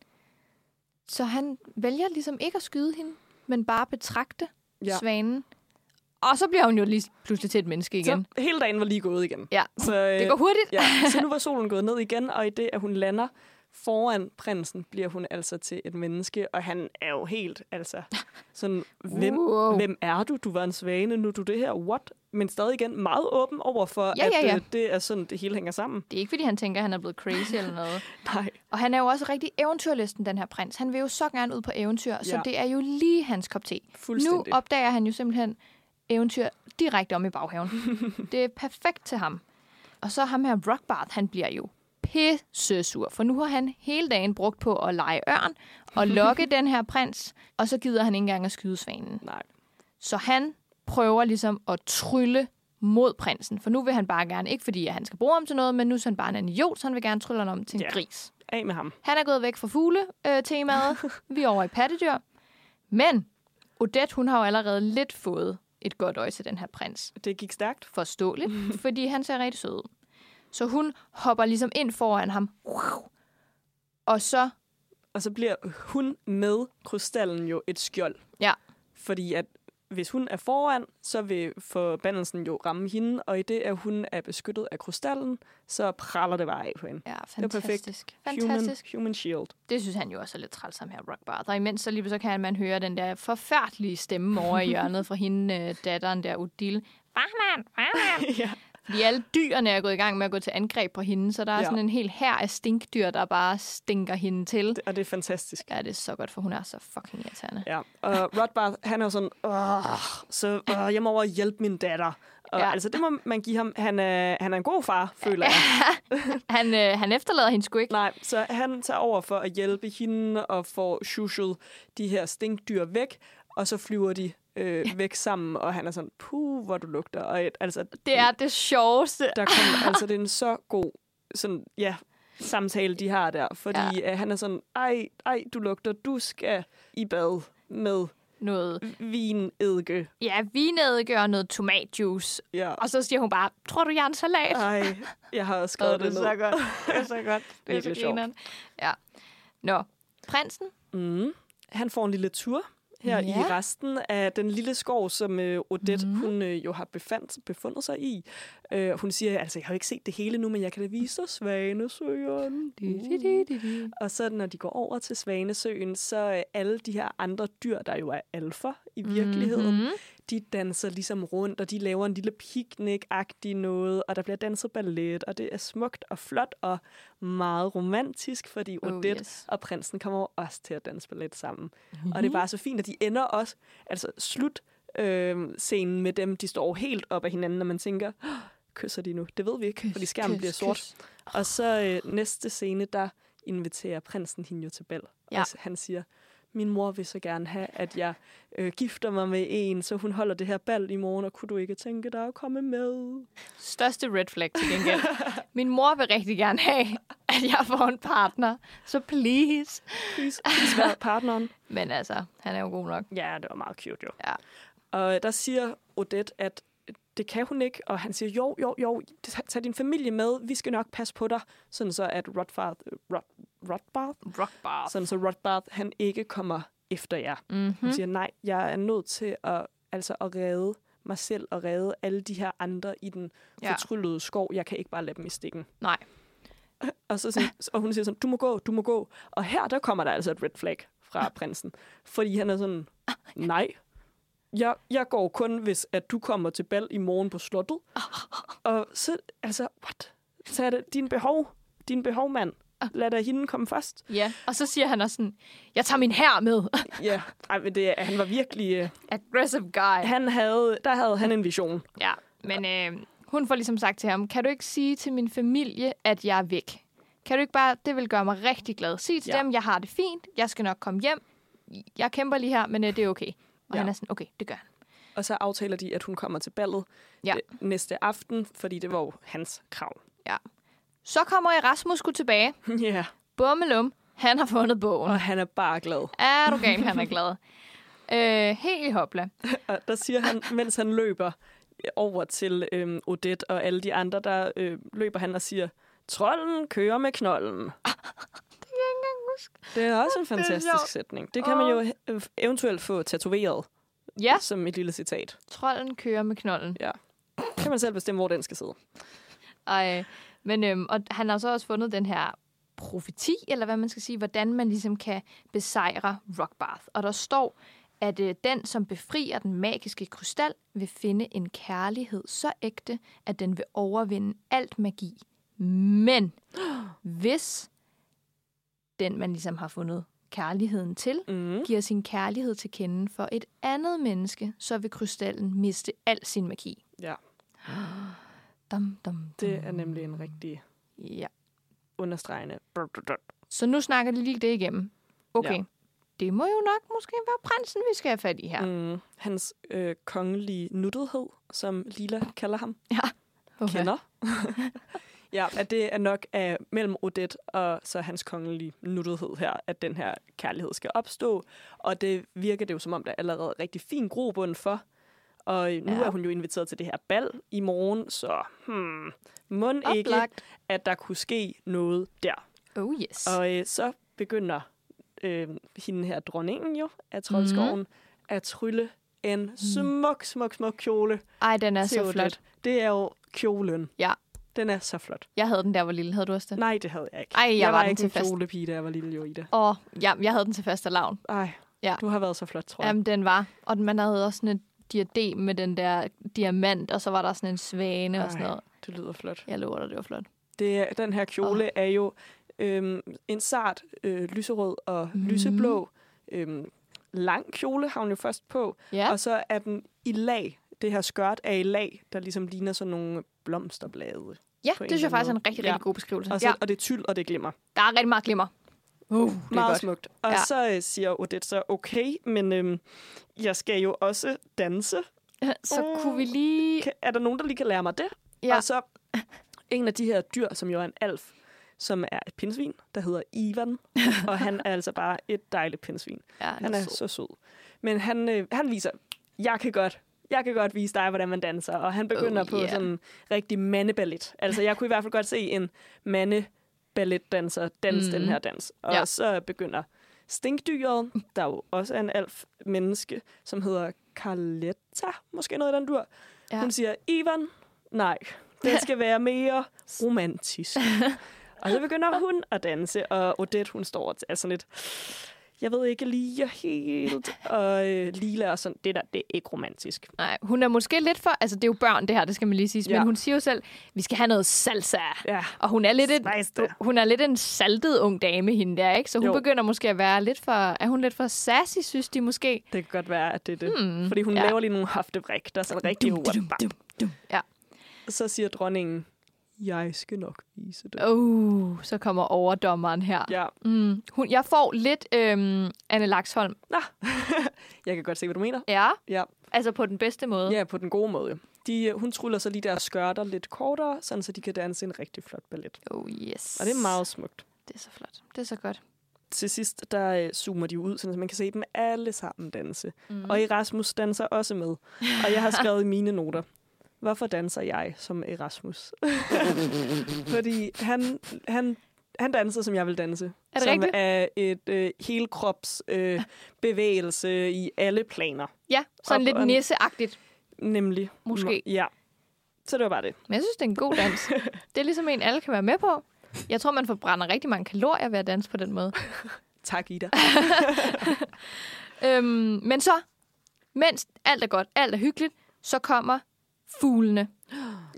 Så han vælger ligesom ikke at skyde hende, men bare betragte ja. Ja. svanen. Og så bliver hun jo lige pludselig til et menneske igen. Så hele dagen var lige gået igen. ja, Så, øh, det går hurtigt. ja. så nu var solen gået ned igen, og i det, at hun lander foran prinsen, bliver hun altså til et menneske, og han er jo helt, altså, sådan, hvem, Wow. hvem er du? Du var en svane, nu er du det her, what? men stadig igen meget åben over for, Ja, at ja, ja. øh, det er sådan, det hele hænger sammen. Det er ikke, fordi han tænker, at han er blevet crazy eller noget. Nej. Og han er jo også rigtig eventyrlysten, den her prins. Han vil jo så gerne ud på eventyr, ja. så Ja. det er jo lige hans kop te. Nu Fuldstændig. opdager han jo simpelthen eventyr direkte om i baghaven. det er perfekt til ham. Og så ham her Rockbart, han bliver jo pissesur, for nu har han hele dagen brugt på at lege ørn og lokke den her prins, og så gider han ikke engang at skyde svanen. Nej. Så han prøver ligesom at trylle mod prinsen, for nu vil han bare gerne, ikke fordi at han skal bruge ham til noget, men nu er han bare en idiot, så han vil gerne trylle ham om til en Ja. gris. Af med ham. Han er gået væk fra fugle-temaet. Vi er over i pattedyr. Men Odette, hun har jo allerede lidt fået et godt øje til den her prins. Det gik stærkt. Forståeligt, fordi han ser rigtig sød ud. Så hun hopper ligesom ind foran ham. Og så, Og så bliver hun med krystallen jo et skjold. Ja. Fordi at hvis hun er foran, så vil forbandelsen jo ramme hende, og i det, at hun er beskyttet af krystallen, så praller det bare af på hende. ja, var perfekt. fantastisk. Fantastisk. Human, human shield. Det synes han jo også er lidt træls ham her, Rockbart. Og imens så lige så kan man høre den der forfærdelige stemme over i hjørnet fra hende, øh, datteren der, Odile. Farman, farman. ja. Fordi alle dyrene er gået i gang med at gå til angreb på hende, så der er ja. Ja. sådan en hel hær af stinkdyr, der bare stinker hende til. Det- Og det er fantastisk. Ja, det er så godt, for hun er så fucking irriterende. Ja, og Rothbard, han er jo sådan, "Åh, så øh, jeg må over og hjælpe min datter. Og Ja. ja. altså, det må man give ham. Han er, han er en god far, føler jeg. Han, øh, han efterlader hende sgu ikke. Nej, så han tager over for at hjælpe hende og får shushet de her stinkdyr væk, og så flyver de øh, væk sammen, og han er sådan, puh, hvor du lugter. Og et, altså, Det er det sjoveste. der kom, altså, det er en så god sådan, ja, samtale, de har der, fordi ja. han er sådan, ej, ej, du lugter, du skal i bad med Noget, vinedike. ja, vineddiker, noget tomatjuice. Ja. Og så siger hun bare, tror du, jeg er en salat? Ej, jeg har også Åh, skrevet Ah, det, ned. godt. Det er så godt. Det er så Virkelig sjovt. grineren. Ja. Nå, prinsen? Mm. Han får en lille tur her ja. i Ja. resten af den lille skov, som øh, Odette mm. hun, øh, jo har befandt, befundet sig i. Øh, hun siger, altså jeg har jo ikke set det hele nu, men jeg kan da vise dig Svanesøen. Mm. Og så når de går over til Svanesøen, så øh, alle de her andre dyr, der jo er alfer i virkeligheden, mm-hmm. de danser ligesom rundt, og de laver en lille picnic-agtig noget, og der bliver danset ballet, og det er smukt og flot og meget romantisk, fordi Oh, Odette yes. Mm-hmm. og prinsen kommer jo også til at danse ballet sammen. Og det er bare så fint, at de ender også, altså slut øh, scenen med dem, de står helt op af hinanden, og man tænker, "Åh, kysser de nu? Det ved vi ikke, kys, fordi skærmen Kys, bliver sort. kys. Og så øh, næste scene, der inviterer prinsen hende jo til bal. Ja. Ja. Og s- han siger, min mor vil så gerne have, at jeg øh, gifter mig med en, så hun holder det her bal i morgen, og kunne du ikke tænke dig at komme med? Største red flag til gengæld. Min mor vil rigtig gerne have, at jeg får en partner. Så please. Please, please vær partneren. Men altså, han er jo god nok. Ja, det var meget cute jo. Ja. Og der siger Odette, at det kan hun ikke, og han siger, jo, jo, jo, tag din familie med, vi skal nok passe på dig, sådan så at Rothbard, Rod, Rothbard, Rock bar. sådan så Rothbard, han ikke kommer efter jer. Mhm. Mm-hmm. Hun siger, nej, jeg er nødt til at, altså at redde mig selv og redde alle de her andre i den Ja. fortryllede skov. Jeg kan ikke bare lade dem i stikken. Nej. Og, så sådan, og hun siger sådan, du må gå, du må gå. Og her, der kommer der altså et red flag fra prinsen. Fordi han er sådan, nej, jeg, jeg går kun, hvis at du kommer til bal i morgen på slottet. Og så, altså, what? Så er det din behov, din behov, mand. Lad da hende komme først. Ja. Og så siger han også sådan, jeg tager min her med. Ja, Ej, men det, er- han var virkelig... øh, Aggressive guy. Han havde, der havde han en vision. Ja. Men øh, hun får ligesom sagt til ham, kan du ikke sige til min familie, at jeg er væk? Kan du ikke bare, det vil gøre mig rigtig glad. Sig til ja. Ja. dem, jeg har det fint, jeg skal nok komme hjem. Jeg kæmper lige her, men øh, det er okay. Og ja. Ja. han er sådan, okay, det gør han. Og så aftaler de, at hun kommer til ballet Ja. øh, næste aften, fordi det var jo hans krav. Ja. Så kommer Erasmus sgu tilbage. ja, Bummelum, han har fundet bogen. og han er bare glad. Er du gal, han er glad. Øh, helt i hopla. Og der siger han, mens han løber øh, over til øhm, Odette og alle de andre, der øh, løber han og siger, Trolden kører med knolden. Det kan jeg ikke engang huske. Det er også en fantastisk sjovt. sætning. Det kan man jo øh, eventuelt få tatoveret Ja, som et lille citat. trolden kører med knolden. Ja. Kan man selv bestemme, hvor den skal sidde. Ej. Men øhm, og han har så også fundet den her profeti, eller hvad man skal sige, hvordan man ligesom kan besejre Rockbath. Og der står, at øh, den, som befrier den magiske krystal, vil finde en kærlighed så ægte, at den vil overvinde alt magi. Men hvis den, man ligesom har fundet kærligheden til, Mm. giver sin kærlighed til kende for et andet menneske, så vil krystallen miste al sin magi. Ja. Dum, dum, dum. Det er nemlig en rigtig Ja. understregende. Så nu snakker de lige det igennem. Okay. Ja. Ja. Det må jo nok måske være prinsen, vi skal have fat i her. Mm. Mm. Hans øh, kongelige nuttethed, som Lila kalder ham, Okay. kender. ja, at det er nok af mellem Odette og så hans kongelige nuttethed her, at den her kærlighed skal opstå. Og det virker det jo som om, der er allerede rigtig fin grobund for. Og nu ja. Ja. er hun jo inviteret til det her bal i morgen, så hmm, må ikke, Oplagt. at der kunne ske noget der. Oh yes. Og øh, så begynder øh, hende her dronningen jo af Mhm. Troldskoven mm. at trylle en smuk, smuk, smuk kjole. Ej, den Mm. er til så Odette. flot. Det er jo kjolen. Ja. Den er så flot. Jeg havde den, der var lille. Havde du også den? Nej, det havde jeg ikke. Ej, jeg jeg var var den ikke til en fest. kjolepige, da jeg var lille, jo, Ida. Åh, ja, jeg havde den til første lavn. Ej, Ja. ja. du har været så flot, tror jeg. Jamen, den var. Og den- man havde også sådan et diadem med den der diamant, og så var der sådan en svane Ej. og sådan Ej, noget. det lyder flot. Jeg lover dig, det var flot. Det er, den her kjole oh. er jo øhm, en sart øh, lyserød og Mhm. mm. lyseblå øhm, lang kjole har hun jo først på. Ja, Og så er den i lag. Det her skørt er i lag, der ligesom ligner sådan nogle blomsterblade. ja en det synes jeg eller faktisk er anden en rigtig, måde. rigtig god beskrivelse. Og, så, Mm. Ja, ja. og det er tyld, og det glimmer. der er rigtig meget glimmer. Uh, det er Meget godt. smukt. Og Ja. ja. så øh, siger Odette så, okay, men øhm, jeg skal jo også danse. Så Mm. kunne vi lige... Kan, er der nogen, der lige kan lære mig det? Ja. Og så en af de her dyr, som jo er en alf, som er et pindsvin, der hedder Ivan. og han er altså bare et dejligt pindsvin. Ja, Han er sød. så sød. Men han, øh, han viser, jeg kan godt jeg kan godt vise dig, hvordan man danser. Og han begynder Oh, oh, yeah. yeah. på sådan rigtig mandeballet. Altså, jeg kunne i hvert fald godt se en mandeballetdanser danse mm. den Mhm. her dans. Og Ja. ja. så begynder stinkdyret, der jo også er en alf menneske, som hedder Carletta, måske noget af den dur. Ja. Ja. Hun siger, Ivan, nej, det skal være mere romantisk. og så begynder hun at danse, og Odette, hun står og er sådan lidt, jeg ved ikke lige helt, og øh, Lila er sådan, det der, det er ikke romantisk. Nej, hun er måske lidt for... Altså, det er jo børn, det her, det skal man lige sige. Ja. Ja. Men hun siger jo selv, vi skal have noget salsa. Ja, Og hun er lidt en, Spice det. hun er lidt en saltet ung dame, hende der, ikke? Så hun jo. Jo. begynder måske at være lidt for... Er hun lidt for sassy, synes de måske? det kan godt være, at det er det. Hmm, Mm, Fordi hun ja. ja. laver lige nogle hoftebrik, der er sådan rigtig Dum, dum, hurtigt. dum, dum. Ja. Så siger dronningen, jeg skal nok vise det. Oh, så kommer overdommeren her. Ja, Mm. Hun, jeg får lidt øhm, Anne Laksholm. jeg kan godt se, hvad du mener. Ja, Ja. altså på den bedste måde. Ja, på den gode måde. De, øh, hun tryller så lige deres skørter lidt kortere, sådan så de kan danse en rigtig flot ballet. Oh, yes. Og det er meget smukt. Det er så flot. Det er så godt. Til sidst, der øh, zoomer de ud, sådan så man kan se dem alle sammen danse. Mm. Og Erasmus danser også med. Og jeg har skrevet i mine noter, hvorfor danser jeg som Erasmus? Fordi han, han, han danser, som jeg vil danse. Er det som rigtigt? er et øh, helkrops øh, bevægelse i alle planer, Ja, sådan Op lidt og- nisseagtigt, nemlig. måske. Ja. Så det var bare det. Men jeg synes, det er en god dans. det er ligesom en, alle kan være med på. Jeg tror, man forbrænder rigtig mange kalorier ved at danse på den måde. Tak, Ida. Øhm, men så, mens alt er godt, alt er hyggeligt, så kommer fuglene.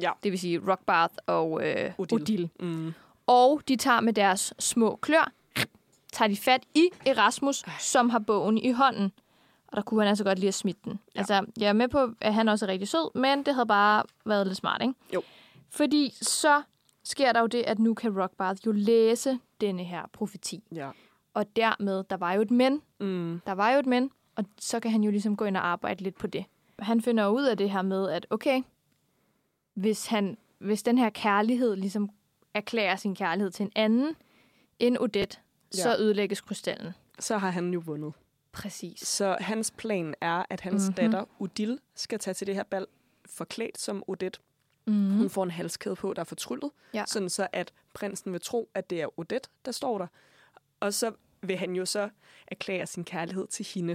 Ja. Det vil sige Rockbarth og øh, Odil. Odile. Odil. Mm. Og de tager med deres små klør, tager de fat i Erasmus, som har bogen i hånden. Og der kunne han altså godt lige have smidt den. Ja. Altså, jeg er med på, at han også er rigtig sød, men det havde bare været lidt smart, ikke? Jo. Fordi så sker der jo det, at nu kan Rockbarth jo læse denne her profeti. Ja. Og dermed, der var jo et men, Mm. der var jo et men, og så kan han jo ligesom gå ind og arbejde lidt på det. Han finder ud af det her med, at okay, hvis, han, hvis den her kærlighed ligesom erklærer sin kærlighed til en anden end Odette, ja. så Ja. ødelægges krystallen. Så har han jo vundet. Præcis. Så hans plan er, at hans Mhm. mm-hmm. datter Odile skal tage til det her bal forklædt som Odette. Mm. Hun får en halskæde på, der er fortryllet, Ja. sådan så at prinsen vil tro, at det er Odette, der står der. Og så vil han jo så erklære sin kærlighed til hende,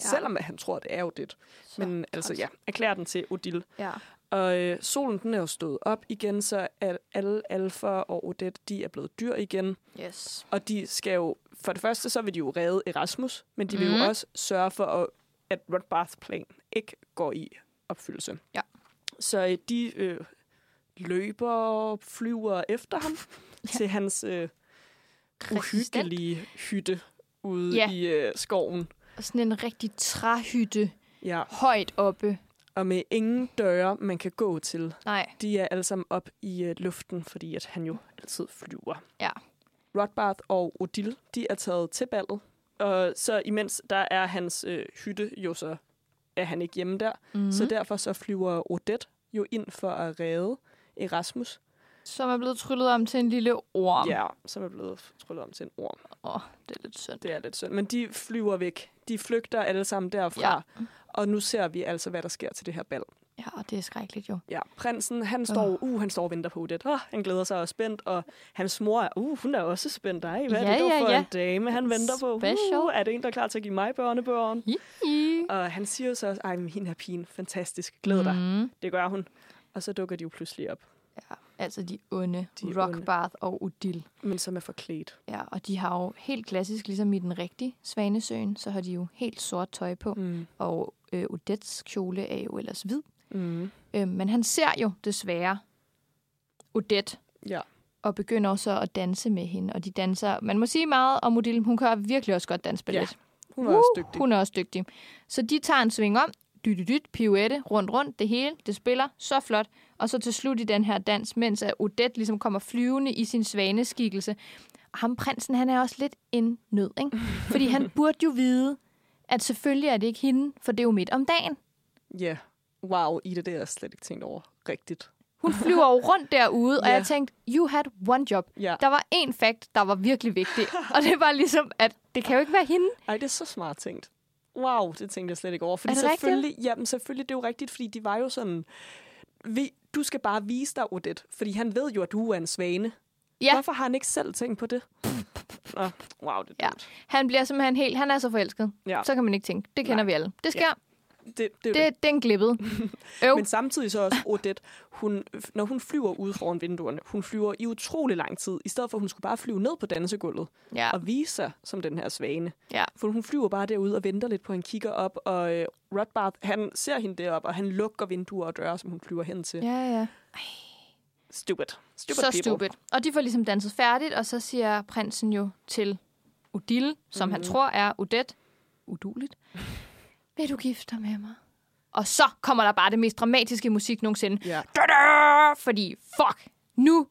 ja. selvom at han tror, det er Odette. Så Men altså træls. ja, erklærer den til Odile. Ja. Og øh, solen den er jo stået op igen, så at alle alfer og Odette, de er blevet dyr igen. Yes. Og de skal jo, for det første så vil de jo redde Erasmus, men de vil Mhm. jo også sørge for at at Rodbarths plan ikke går i opfyldelse. Ja. Så øh, de øh, løber og flyver efter ham ja. til hans øh, Resistent. uhyggelige hytte ude Ja. ja. i øh, skoven. Og sådan en rigtig træhytte Ja. højt oppe. Og med ingen døre, man kan gå til. Nej, De er alle sammen op i øh, luften, fordi at han jo altid flyver. Ja. Rothbard og Odil, de er taget til ballet. Og så imens, der er hans øh, hytte jo så, er han ikke hjemme der. Mm. mm. Så så det, derfor så flyver Odette jo ind for at redde Erasmus. som er blevet tryllet om til en lille orm. Ja, som er blevet tryllet om til en orm. Åh, det er lidt synd. Det er lidt synd. Men de flyver væk. De flygter alle sammen derfra. Ja. Og nu ser vi altså, hvad der sker til det her bal. Ja, og det er skrækkeligt jo. Ja, prinsen, han Ah. står, uh, han står og venter på Odette. Oh, han glæder sig og er spændt, og hans mor er, uh, hun er også spændt. Ej, hvad er Ja, det dog ja, for ja. en dame, han venter på? Special. Uh, er det en, der er klar til at give mig børnebørn? Hihi. Og han siger jo så også, ej, men hende her pigen, fantastisk, glæder dig. Mm. Det gør hun. Og så dukker de jo pludselig op, Ja, altså de onde, De de onde. Rockbarth og Odil. men som er forklædt. Ja, og de har jo helt klassisk, ligesom i den rigtige Svanesøen, så har de jo helt sort tøj på. Mm. Mm. Og øh, Odettes kjole er jo ellers hvid. Mm. Øh, men han ser jo desværre Odette Ja. og begynder så at danse med hende. Og de danser, man må sige meget om Odile, men hun kan virkelig også godt danse ballet. Ja, Hun er også dygtig. Uh, Hun er også dygtig. Så de tager en sving om, dyt, dyt, pirouette, rundt, rundt, det hele, det spiller, så flot. Og så til slut i den her dans, mens at Odette ligesom kommer flyvende i sin svaneskikkelse. Ham prinsen, han er også lidt en nød, ikke? Fordi han burde jo vide, at selvfølgelig er det ikke hende, for det er jo midt om dagen. Ja, wow, Ida, det har jeg slet ikke tænkt over rigtigt. Hun flyver jo rundt derude, og Ja. jeg tænkte, you had one job. Ja. Der var en fakt, der var virkelig vigtig, og det var ligesom, at det kan jo ikke være hende. Ej, det er så smart tænkt. Wow, det tænkte jeg slet ikke over. Fordi Er det selvfølgelig, jamen, selvfølgelig, det er jo rigtigt, fordi de var jo sådan... Vi, du skal bare vise dig, Odette, fordi han ved jo, at du er en svane. Ja. Hvorfor har han ikke selv tænkt på det? Nå, wow, det er Ja. dumt. Han bliver simpelthen helt, han er så forelsket. Ja. Så kan man ikke tænke, det kender Nej. vi alle. Det sker, Det, det, det, det. det, den glippede. Øv. Men samtidig så også Odette, hun, når hun flyver ud foran vinduerne, hun flyver i utrolig lang tid, i stedet for, at hun skulle bare flyve ned på dansegulvet Ja, og vise sig som den her svane. ja. For hun flyver bare derud og venter lidt på, at han kigger op, og øh, Rothbard, han ser hende derop, og han lukker vinduer og døre, som hun flyver hen til. ja, ja. Stupid. Stupid Så people. stupid. Og de får ligesom danset færdigt, og så siger prinsen jo til Odile, som mm. Mhm. han tror er Odette, uduligt, vil du gifte dig med mig? Og så kommer der bare det mest dramatiske musik nogensinde. Ja. Da-da! Fordi fuck, nu,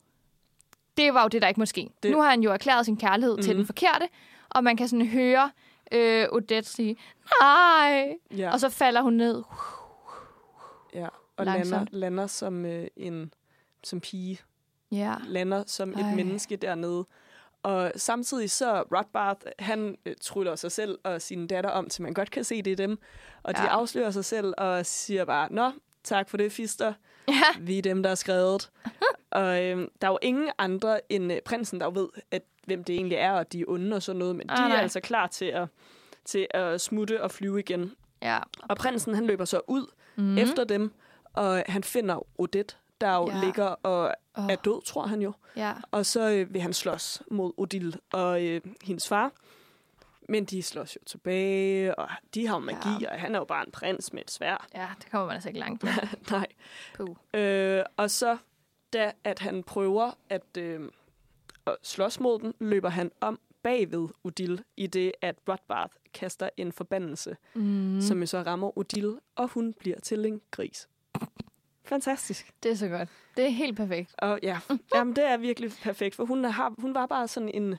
det var jo det, der ikke må ske. Det. Det- Mhm. Nu har han jo erklæret sin kærlighed mm. til den forkerte, og man kan sådan høre øh, Odette sige, nej. Ja, Og så falder hun ned. ja. og lander, langsomt. lander som øh, en som pige. Ja, Lander som Ej. Ej. et menneske dernede. Og samtidig så Rothbard, han øh, tryller sig selv og sin datter om, til man godt kan se, det er dem. Og ja. de Ja. afslører sig selv og siger bare, Nå, tak for det, fister. ja. Vi er dem, der er skrevet. og øhm, der er jo ingen andre end øh, prinsen, der jo ved, at, hvem det egentlig er, og de er onde og sådan noget. Men ah, Ah, de er nej. altså klar til at, til at smutte og flyve igen. ja. Og prinsen, han løber så ud Mhm. mm. efter dem, og han finder Odette, der jo Ja. ja. ligger og Åh. er død, tror han jo. ja. Og så øh, vil han slås mod Odile og øh, hendes far. Men de slås jo tilbage, og de har jo magi, ja. og han er jo bare en prins med et svær. Ja, det kommer man altså ikke langt med. Nej. Puh. Øh, og så, da at han prøver at, øh, at slås mod den, løber han om bagved Odile, i det at Rothbard kaster en forbandelse, mm. som jo så rammer Odile, og hun bliver til en gris. Fantastisk. Det er så godt. Det er helt perfekt. Og ja, jamen, det er virkelig perfekt, for hun, har, hun var bare sådan en,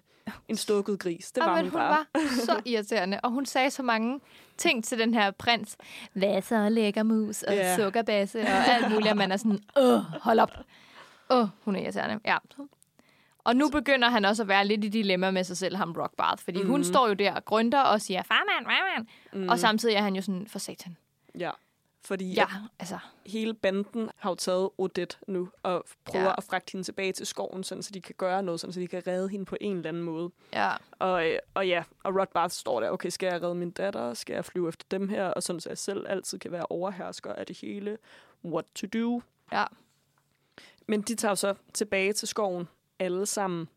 en stukket gris. Det var Jamen, hun hun bare. var så irriterende, og hun sagde så mange ting til den her prins. Hvad så, lækker mus og Ja. sukkerbasse og alt muligt, og man er sådan, åh, hold op. Åh, oh, hun er irriterende. Ja. Og nu begynder han også at være lidt i dilemma med sig selv, ham Rockbarth, fordi Mhm. mm. hun står jo der og grønter og siger, farmand, farmand. Mm. Og samtidig er han jo sådan, for satan. Ja, fordi Ja, ja. altså, hele banden har jo taget Odette nu, og prøver Ja. ja. at fragte hende tilbage til skoven, sådan, så de kan gøre noget, sådan, så de kan redde hende på en eller anden måde. ja. Og, øh, og ja, og Rothbard står der, okay, skal jeg redde min datter? Skal jeg flyve efter dem her? Og sådan, så jeg selv altid kan være overhersker af det hele. What to do? Ja. Men de tager jo så tilbage til skoven, alle sammen.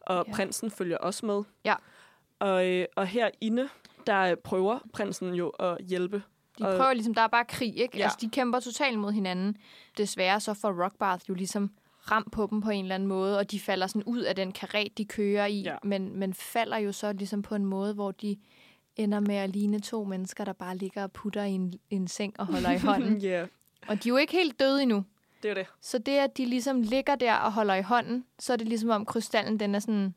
Og Ja. ja. prinsen følger også med. Ja. Og, øh, og herinde, der øh, prøver prinsen jo at hjælpe. De Og- prøver ligesom, der er bare krig, ikke? Ja. Ja. Altså, de kæmper totalt mod hinanden. Desværre så får Rockbarth jo ligesom ramt på dem på en eller anden måde, og de falder sådan ud af den karet, de kører i, Ja. ja. men, men falder jo så ligesom på en måde, hvor de ender med at ligne to mennesker, der bare ligger og putter i en, en seng og holder i hånden. Ja, yeah, Og de er jo ikke helt døde endnu. det er jo det. Så det, at de ligesom ligger der og holder i hånden, så er det ligesom om krystallen, den er sådan...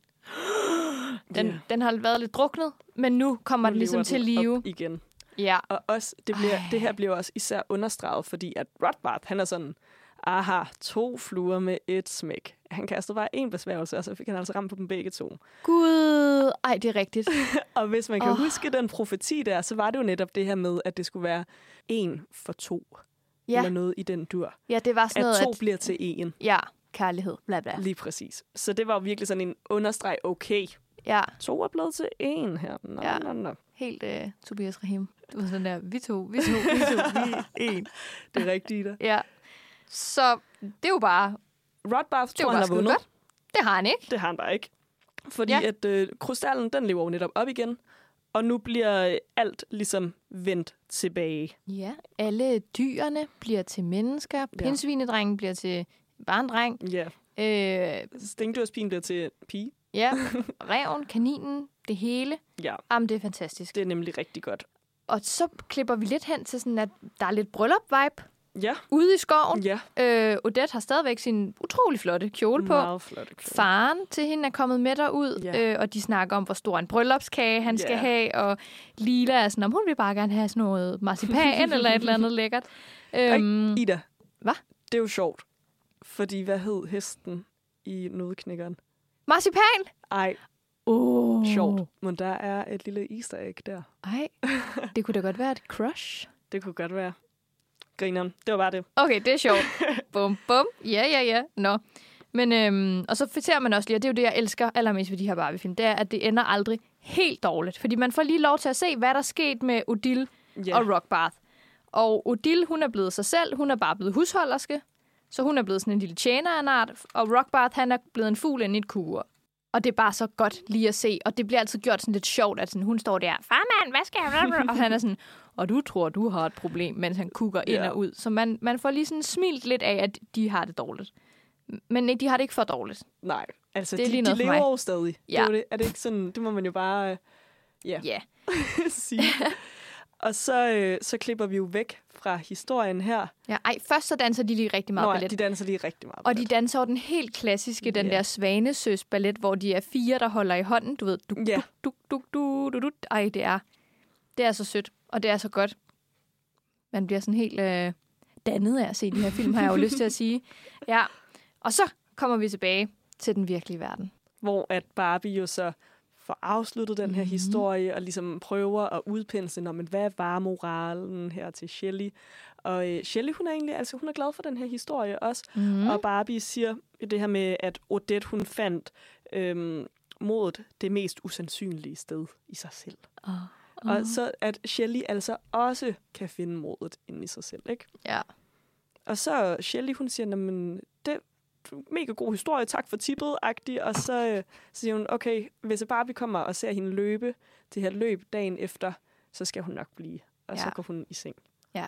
Den, Ja. yeah. den har været lidt druknet, men nu kommer Nu den lever ligesom til den op live. igen. Ja. Og også, det, bliver, Ej. det her bliver også især understreget, fordi at Rothbard, han er sådan, aha, to fluer med et smæk. Han kastede bare en besværgelse, og så fik han altså ramt på dem begge to. Gud, ej, det er rigtigt. Og hvis man kan oh. Åh. huske den profeti der, så var det jo netop det her med, at det skulle være en for to, ja. eller Ja, noget i den dur. ja det var sådan At noget, to bliver til en, ja, kærlighed, bla bla. lige præcis. Så det var jo virkelig sådan en understreg, okay, Ja, to er blevet til en her. Nå, ja. Ja. nå, nå. helt uh, Tobias Rahim. Du var sådan der, vi to, vi to, vi to, vi en. Det er rigtigt, der. Ja, så det er jo bare, Rothbard det er jo tror, han bare har skide vundet. godt. Det har han ikke. Det har han bare ikke. Fordi ja. Ja. at øh, krystallen, den lever jo netop op igen, og nu bliver øh, alt ligesom vendt tilbage. Ja, alle dyrene bliver til mennesker. Pindsvinedrengen bliver til barndreng. Ja. Øh, Stinkdørspigen bliver til pige. ja, reven, kaninen, det hele. Ja, Jamen, det er fantastisk. det er nemlig rigtig godt. Og så klipper vi lidt hen til sådan, at der er lidt bryllup-vibe Ja, ude i skoven. ja. Øh, Odette har stadigvæk sin utrolig flotte kjole på. Meget flot. Faren til hende er kommet med derud, Ja. øh, og de snakker om, hvor stor en bryllupskage han Ja. skal have, og Lila er sådan, om hun vil bare gerne have sådan noget marcipan eller et eller andet lækkert. Øhm, Ida. Hvad? Det er jo sjovt. Fordi hvad hed hesten i nødknikkeren? marcipan? Ej, Oh. sjovt. Men der er et lille easter egg der. Ej, det kunne da godt være et crush. Det kunne godt være. Grineren. Det var bare det. Okay, det er sjovt. bum, bum. Ja, ja, ja. Nå. Men, øhm, og så fortæller man også lige, og det er jo det, jeg elsker allermest ved de her Barbie-film, det er, at det ender aldrig helt dårligt. Fordi man får lige lov til at se, hvad der skete med Odile Ja. og Rockbarth. Og Odile, hun er blevet sig selv. Hun er bare blevet husholderske. Så hun er blevet sådan en lille tjener af en art. Og Rockbarth, han er blevet en fugl inde i et kur. Og det er bare så godt lige at se. Og det bliver altid gjort sådan lidt sjovt, at sådan, hun står der, farmand, hvad skal jeg? og han er sådan, og du tror, du har et problem, mens han kugger ind Ja. og ud. Så man, man får lige sådan smilt lidt af, at de har det dårligt. Men nej, de har det ikke for dårligt. Nej, altså Det er de, lige de noget for lever mig. jo stadig. Det er, Ja. jo det. er det ikke sådan, det må man jo bare... øh, Ja. Ja. sige. Og så, øh, så klipper vi jo væk fra historien her. ja. Ej, først så danser de lige rigtig meget Nå, ballet. de danser lige rigtig meget. Og de ballet. danser over den helt klassiske, den Ja. der svanesøs ballet, hvor de er fire, der holder i hånden. Du ved, du, Ja. du, du, du, du, du, du. Ej, det er, det er så sødt, og det er så godt. Man bliver sådan helt øh, dannet af at se den her film, har jeg jo lyst til at sige. Ja, og så kommer vi tilbage til den virkelige verden. Hvor at Barbie jo så får afsluttet den her Mhm. mm-hmm. historie, og ligesom prøver at udpensle, men hvad var moralen her til Shelley? Og øh, Shelley, hun er egentlig, altså hun er glad for den her historie også. Mm-hmm. Mm. Og Barbie siger det her med, at Odette, hun fandt øhm, modet det mest usandsynlige sted i sig selv. Åh, Og så at Shelley altså også kan finde modet inde i sig selv, ikke? Ja. Og så Shelley, hun siger, men det er en mega god historie, tak for tippet, agtig. Og så, øh, så siger hun, okay, hvis Barbie kommer og ser hende løbe det her løb dagen efter, så skal hun nok blive. Og ja. så Ja. går hun i seng. Ja.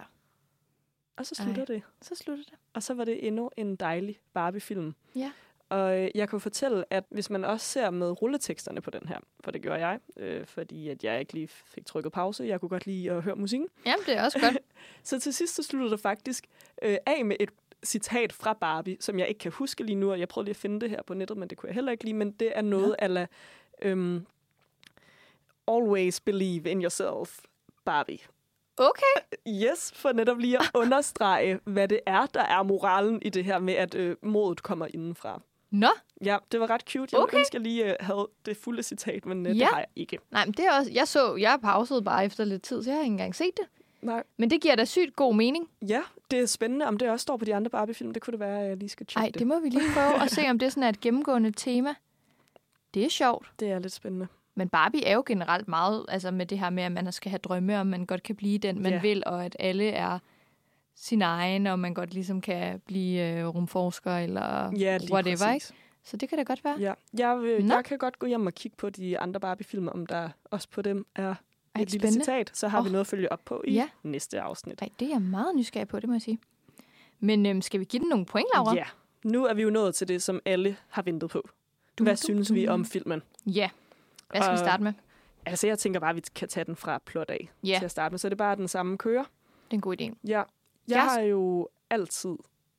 Og så slutter Ej. det. Så slutter det. Og så var det endnu en dejlig Barbie-film. Ja. Og øh, jeg kan jo fortælle, at hvis man også ser med rulleteksterne på den her, for det gjorde jeg, øh, fordi at jeg ikke lige fik trykket pause, jeg kunne godt lide at høre musikken, Jamen, det er også godt. så til sidst så slutter det faktisk øh, af med et citat fra Barbie, som jeg ikke kan huske lige nu, og jeg prøvede lige at finde det her på nettet, men det kunne jeg heller ikke lige, men det er noget ja. ala øhm, Always believe in yourself, Barbie. Øh, Okay. Yes, for netop lige at understrege, hvad det er, der er moralen i det her med, at øh, modet kommer indenfra. Nå. Ja, det var ret cute. Jeg okay. Okay. ønsker lige øh, havde det fulde citat, men øh, det Ja. har jeg ikke. Nej, men det er også, jeg så, jeg pausede bare efter lidt tid, så jeg har ikke engang set det. Nej. Men det giver da sygt god mening. Ja, det er spændende, om det også står på de andre Barbie-film. Det kunne det være, at jeg lige skal tjekke Ej, det må vi lige prøve at se, om det sådan er et gennemgående tema. Det er sjovt. det er lidt spændende. Men Barbie er jo generelt meget altså med det her med, at man skal have drømme, og man godt kan blive den, man Ja. ja. vil, og at alle er sin egen, og man godt ligesom kan blive øh, rumforsker eller Ja, lige whatever. Ikke? præcis. Så det kan da godt være. Ja. Ja, jeg, vil, Nå. jeg kan godt gå hjem og kigge på de andre Barbie-film, om der også på dem er Ej, et lille spændende. citat, så har vi Åh. noget at følge op på i Ja. næste afsnit. Nej, det er jeg meget nysgerrig på, det må jeg sige. Men øhm, skal vi give den nogle point, Laura? Ja, nu er vi jo nået til det, som alle har ventet på. Dum, Hvad dum, synes vi om filmen? Ja. Hvad skal vi Og- starte med? Det Altså, jeg tænker bare, at vi kan tage den fra plot af Ja. til at starte med, så er det bare den samme kører. er en god idé. Ja. Jeg Jeg- har jo altid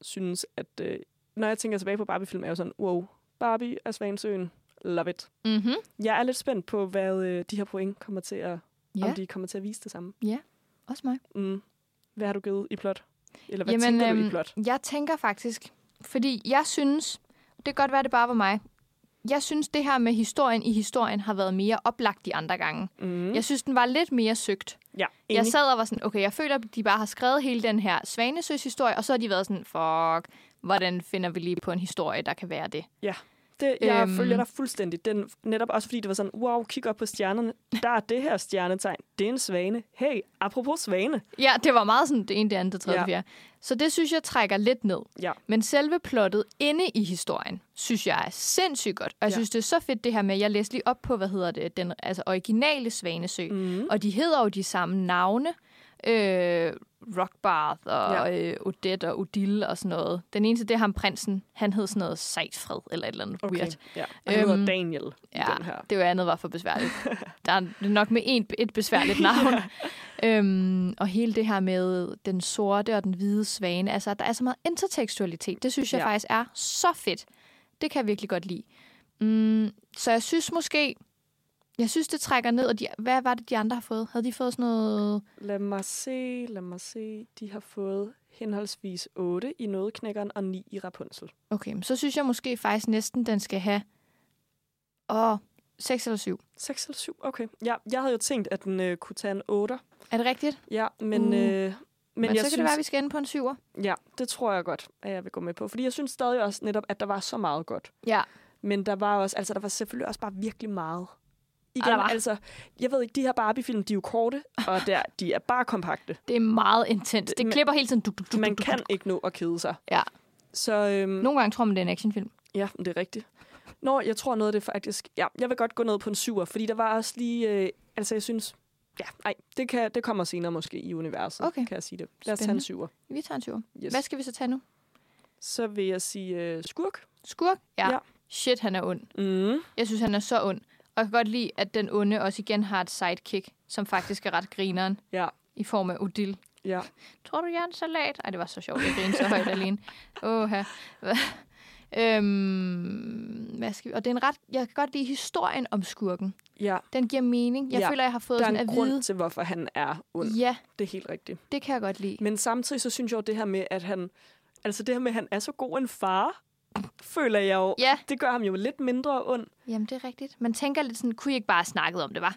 synes, at øh, når jeg tænker tilbage på Barbie-film, er jeg jo sådan, wow, Barbie er Svansøen. Love it. Mm-hmm. Jeg er lidt spændt på, hvad øh, de her point kommer til at, Ja, om de kommer til at vise det samme. også mig. Mm. Hvad har du givet i plot? Eller hvad Jamen, Jamen, tænker du i øhm, plot? Jeg tænker faktisk, fordi jeg synes, det kan godt være, det bare var mig, jeg synes, det her med historien i historien har været mere oplagt de andre gange. Mm. Mm. Jeg synes, den var lidt mere søgt. ja, Enig. Jeg enig. sad og var sådan, okay, jeg føler, at de bare har skrevet hele den her Svanesøs-historie, og så har de været sådan, fuck, hvordan finder vi lige på en historie, der kan være det? Det, jeg øhm. Øhm. følger dig fuldstændig. Den, netop også fordi det var sådan, wow, kig op på stjernerne. Der er det her stjernetegn. Det er en svane. Hey, apropos svane. Ja, det var meget sådan det ene, det andet, det tredje, Ja. ja. fjerde. Så det synes jeg trækker lidt ned. Ja. Men selve plottet inde i historien, synes jeg er sindssygt godt. Og jeg Ja. ja. synes, det er så fedt det her med, jeg læste lige op på, hvad hedder det, den altså originale Svanesø. Mm. Og de hedder jo de samme navne. Øh, Rockbarth og Ja. ja. øh, Odette og Odile og sådan noget. Den eneste, det er ham prinsen. Han hed sådan noget Sejtfred eller et eller andet Okay. weird. Ja. Og øhm. hedder Øhm, Daniel ja. i den her. det var andet var for besværligt. Der er det er nok med en, et besværligt navn. øhm, og hele det her med den sorte og den hvide svane, altså der er så meget intertekstualitet. Det synes jeg Ja. ja. faktisk er så fedt. Det kan jeg virkelig godt lide. Mm, så jeg synes måske, jeg synes det trækker ned, og de, hvad var det de andre har fået? Havde de fået sådan noget... Lad mig se, lad mig se. De har fået henholdsvis 8 i Nådeknækkeren og 9 i Rapunzel. Okay, men så synes jeg måske faktisk næsten, den skal have... Åh, 6 eller 7. 6 eller 7, okay. Ja, jeg havde jo tænkt, at den øh, kunne tage en 8. Er det rigtigt? Ja, men, uh. Uh. øh, men, Men, men jeg så kan synes, det være, at vi skal ende på en 7'er. Ja, det tror jeg godt, at jeg vil gå med på. Fordi jeg synes stadig også netop, at der var så meget godt. Ja. Men der var også, altså der var selvfølgelig også bare virkelig meget. Igen, der var. altså, jeg ved ikke, de her Barbie-film, de er jo korte, og der, de er bare kompakte. Det er meget intens. Det Men- klipper hele tiden. Du, du, du, Man du, du, kan ikke nå at kede sig. Ja. Så øhm, Nogle gange tror man, det er en actionfilm. Ja, men det er rigtigt. Nå, jeg tror noget af det faktisk... Ja, jeg vil godt gå ned på en syver, fordi der var også lige... Øh, altså, jeg synes... Ja, nej, det, kan, det kommer senere måske i universet, Okay. kan jeg sige det. Lad os tage en Spændende. syver. Vi tager en tur. Yes. Hvad skal vi så tage nu? Så vil jeg sige øh, skurk. Skurk? Ja. Ja. ja. Shit, han er ond. Mm. Jeg synes, han er så ond. Og jeg kan godt lide, at den onde også igen har et sidekick, som faktisk er ret grineren Ja, i form af Odil. ja. Tror du, jeg er en salat? Ej, det var så sjovt, jeg grinede så højt alene. Åh, her. Øhm, hvad skal vi? Og det er en ret, jeg kan godt lide historien om skurken. ja. Den giver mening. Jeg Ja. ja. føler, jeg har fået Der er sådan en at grund vide. til, hvorfor han er ond. Ja, Det er helt rigtigt. det kan jeg godt lide. Men samtidig så synes jeg jo det her med, at han... Altså det her med, at han er så god en far, føler jeg jo... Ja, Det gør ham jo lidt mindre ond. jamen det er rigtigt. Man tænker lidt sådan, kunne I ikke bare have snakket om det, var?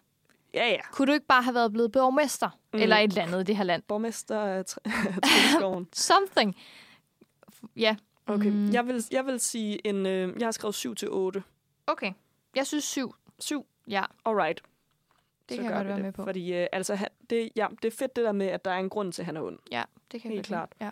Ja, ja. Kunne du ikke bare have været blevet borgmester? Mm. Mm. Eller et eller andet i det her land? Borgmester af Trinskoven. Something. F- Ja, Okay, mm. Mm. jeg, vil, jeg vil sige en... Øh, jeg har skrevet 7 til 8. okay. Jeg synes syv. 7, Ja, alright. Så det kan jeg gør godt vi være det. med på. Fordi øh, altså, han, det, ja, det er fedt det der med, at der er en grund til, at han er ond. Ja, det kan jeg Helt godt lide. Ja.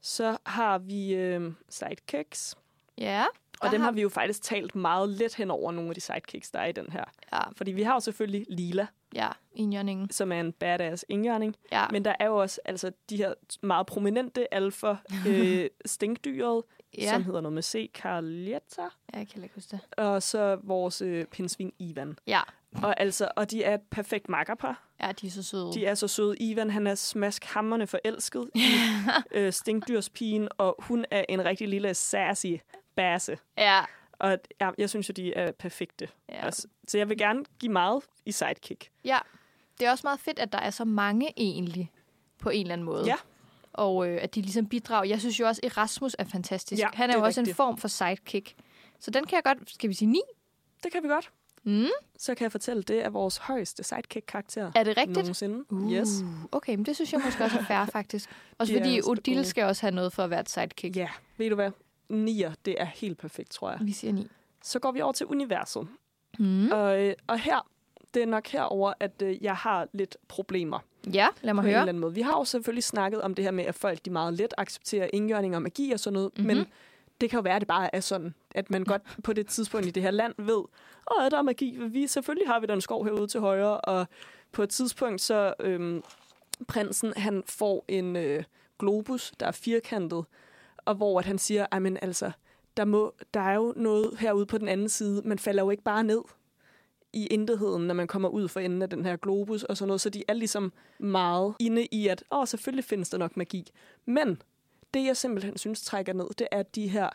Så har vi øh, sidekicks. ja, Og Der dem har har vi jo faktisk talt meget lidt hen over nogle af de sidekicks, der er i den her. ja, Fordi vi har jo selvfølgelig Lila, ja. Indjørningen. som er en badass indgjørning. Ja, Men, Men der er jo også altså, de her meget prominente alfa øh, stinkdyret, ja. ja. som hedder noget med C, Carlietta, ja, jeg kan heller ikke huske det. og så vores øh, pindsvin Ivan. Ja. Og, altså, og de er et perfekt makkerpar. ja, de er så søde. De er så søde. Ivan han er smaskhammerne forelsket i øh, stinkdyrspigen, og hun er en rigtig lille sassy basse. Ja, Og ja, jeg synes jo, de er perfekte. ja. Ja. Så jeg vil gerne give meget i sidekick. ja. Det er også meget fedt, at der er så mange egentlig på en eller anden måde. Ja. Og øh, at de ligesom bidrager. Jeg synes jo også, Erasmus er fantastisk. Ja, Han er det jo er også en rigtigt. form for sidekick. Så den kan jeg godt, skal vi sige ni? Det kan vi godt. Mm. Så kan jeg fortælle, det er vores højeste sidekick-karakter Er det rigtigt? Uh. nogensinde. Yes. Okay, men det synes jeg måske også er fair, faktisk. Også De er fordi også gode. Odile skal også have noget for at være et sidekick. Ja, ved du hvad? Nier, det er helt perfekt, tror jeg. Vi siger ni. Så går vi over til universet. Mm. Og, øh, og her, det er nok herover, at øh, jeg har lidt problemer Ja, lad mig på en høre. eller anden måde. Vi har jo selvfølgelig snakket om det her med, at folk de meget let accepterer indgørning og magi og sådan noget, Mhm. mm-hmm. men det kan jo være, at det bare er sådan, at man godt på det tidspunkt i det her land ved, åh, der er magi, vi selvfølgelig har vi der en skov herude til højre, og på et tidspunkt, så øhm, prinsen, han får en øh, globus, der er firkantet, og hvor at han siger, at altså, der, må, der er jo noget herude på den anden side. Man falder jo ikke bare ned i intetheden, når man kommer ud for enden af den her globus og sådan noget. Så de er ligesom meget inde i, at åh, selvfølgelig findes der nok magi. Men det, jeg simpelthen synes trækker ned, det er de her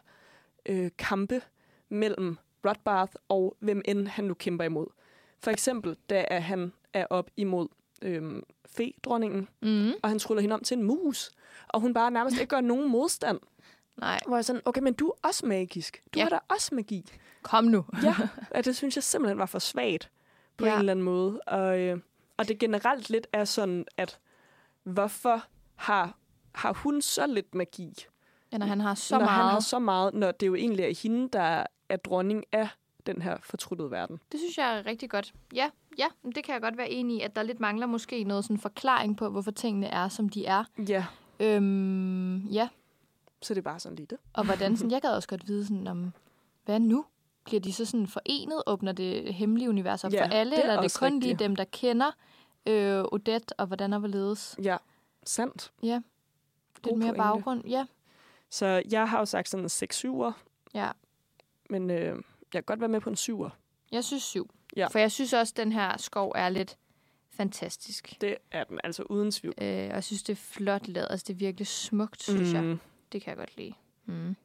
øh, kampe mellem Rodbarth og hvem end han nu kæmper imod. For eksempel, da er han er op imod øh, fedronningen, Mm. og han tryller hende om til en mus, og hun bare nærmest ikke gør nogen modstand. Nej, Hvor jeg er sådan, okay, men du er også magisk. Du Ja. ja. har da også magi. kom nu. Ja, og det synes jeg simpelthen var for svagt på Ja. ja. en eller anden måde. Og, øh, og det generelt lidt er sådan, at hvorfor har, har hun så lidt magi, Ja, når han har så når han meget. har så meget, når det jo egentlig er hende, der er dronning af den her fortruttede verden. Det synes jeg er rigtig godt. Ja, ja, men det kan jeg godt være enig i, at der lidt mangler måske noget sådan forklaring på, hvorfor tingene er, som de er. Ja, Øhm, ja, så det er bare sådan lige det. og hvordan sådan, jeg gad også godt vide sådan om, hvad nu? Bliver de så sådan forenet? Åbner det hemmelige univers op Ja, for alle? det er eller er det også kun lige rigtigt. dem, der kender øh, Odette og hvordan og hvorledes? Ja, sandt. Lidt God mere pointe. baggrund. Ja, Så jeg har jo sagt sådan 6 7'er, ja. men øh, jeg kan godt være med på en 7'er. Jeg synes syv. Ja. For jeg synes også, at den her skov er lidt fantastisk. Det er den altså uden tvivl. Øh, og jeg synes, det er flot lavet. Altså, det er virkelig smukt, synes mm. jeg. Mm. Det kan jeg godt lide. Mm.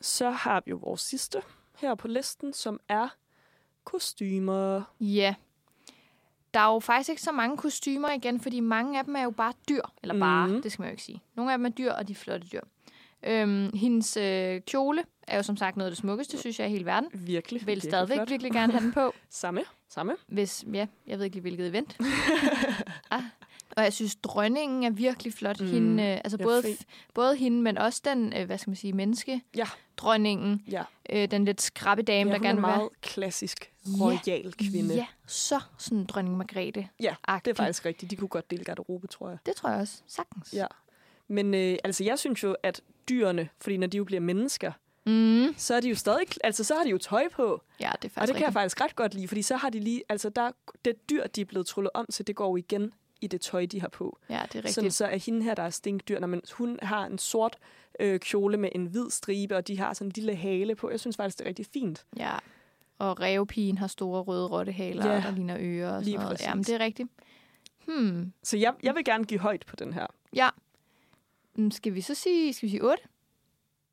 Så har vi jo vores sidste her på listen, som er kostymer. Ja. Der er jo faktisk ikke så mange kostymer igen, fordi mange af dem er jo bare dyr. Eller bare, mm. Mhm. det skal man jo ikke sige. Nogle af dem er dyr, og de er flotte dyr. Øhm, hendes øh, kjole er jo som sagt noget af det smukkeste, synes jeg, i hele verden. Virkelig. Vil virkelig stadigvæk flot. virkelig gerne have den på. Samme, samme. Hvis, ja, jeg ved ikke lige, hvilket event. ah. Og jeg synes, dronningen er virkelig flot. Mm. Mm. Hende, øh, altså Ja, både, fri. f- både hende, men også den, øh, hvad skal man sige, menneske. Ja. Dronningen. Ja. Øh, den lidt skrabbe dame, ja, der gerne er vil være meget klassisk Ja. royal kvinde. Ja, så sådan dronning Margrethe. Ja, Det er faktisk rigtigt. De kunne godt dele garderobe, tror jeg. Det tror jeg også. Sagtens. Ja. Men øh, altså, jeg synes jo, at dyrene, fordi når de jo bliver mennesker, Mm. så er de jo stadig, altså så har de jo tøj på. Ja, det er faktisk Og det kan jeg rigtigt. faktisk ret godt lide, fordi så har de lige, altså der, det dyr, de er blevet trullet om til, det går jo igen i det tøj, de har på. Ja, det er rigtigt. Sådan, så er hende her, der er stinkdyr, når man, hun har en sort øh, kjole med en hvid stribe, og de har sådan en lille hale på. Jeg synes faktisk, det er rigtig fint. Ja. Og rævepigen har store røde rottehaler, Ja. der ligner ører og sådan Lige noget. præcis. Jamen, det er rigtigt. Hmm. Så jeg, jeg vil gerne give højt på den her. Ja. Mm, Skal vi så sige, skal vi sige 8?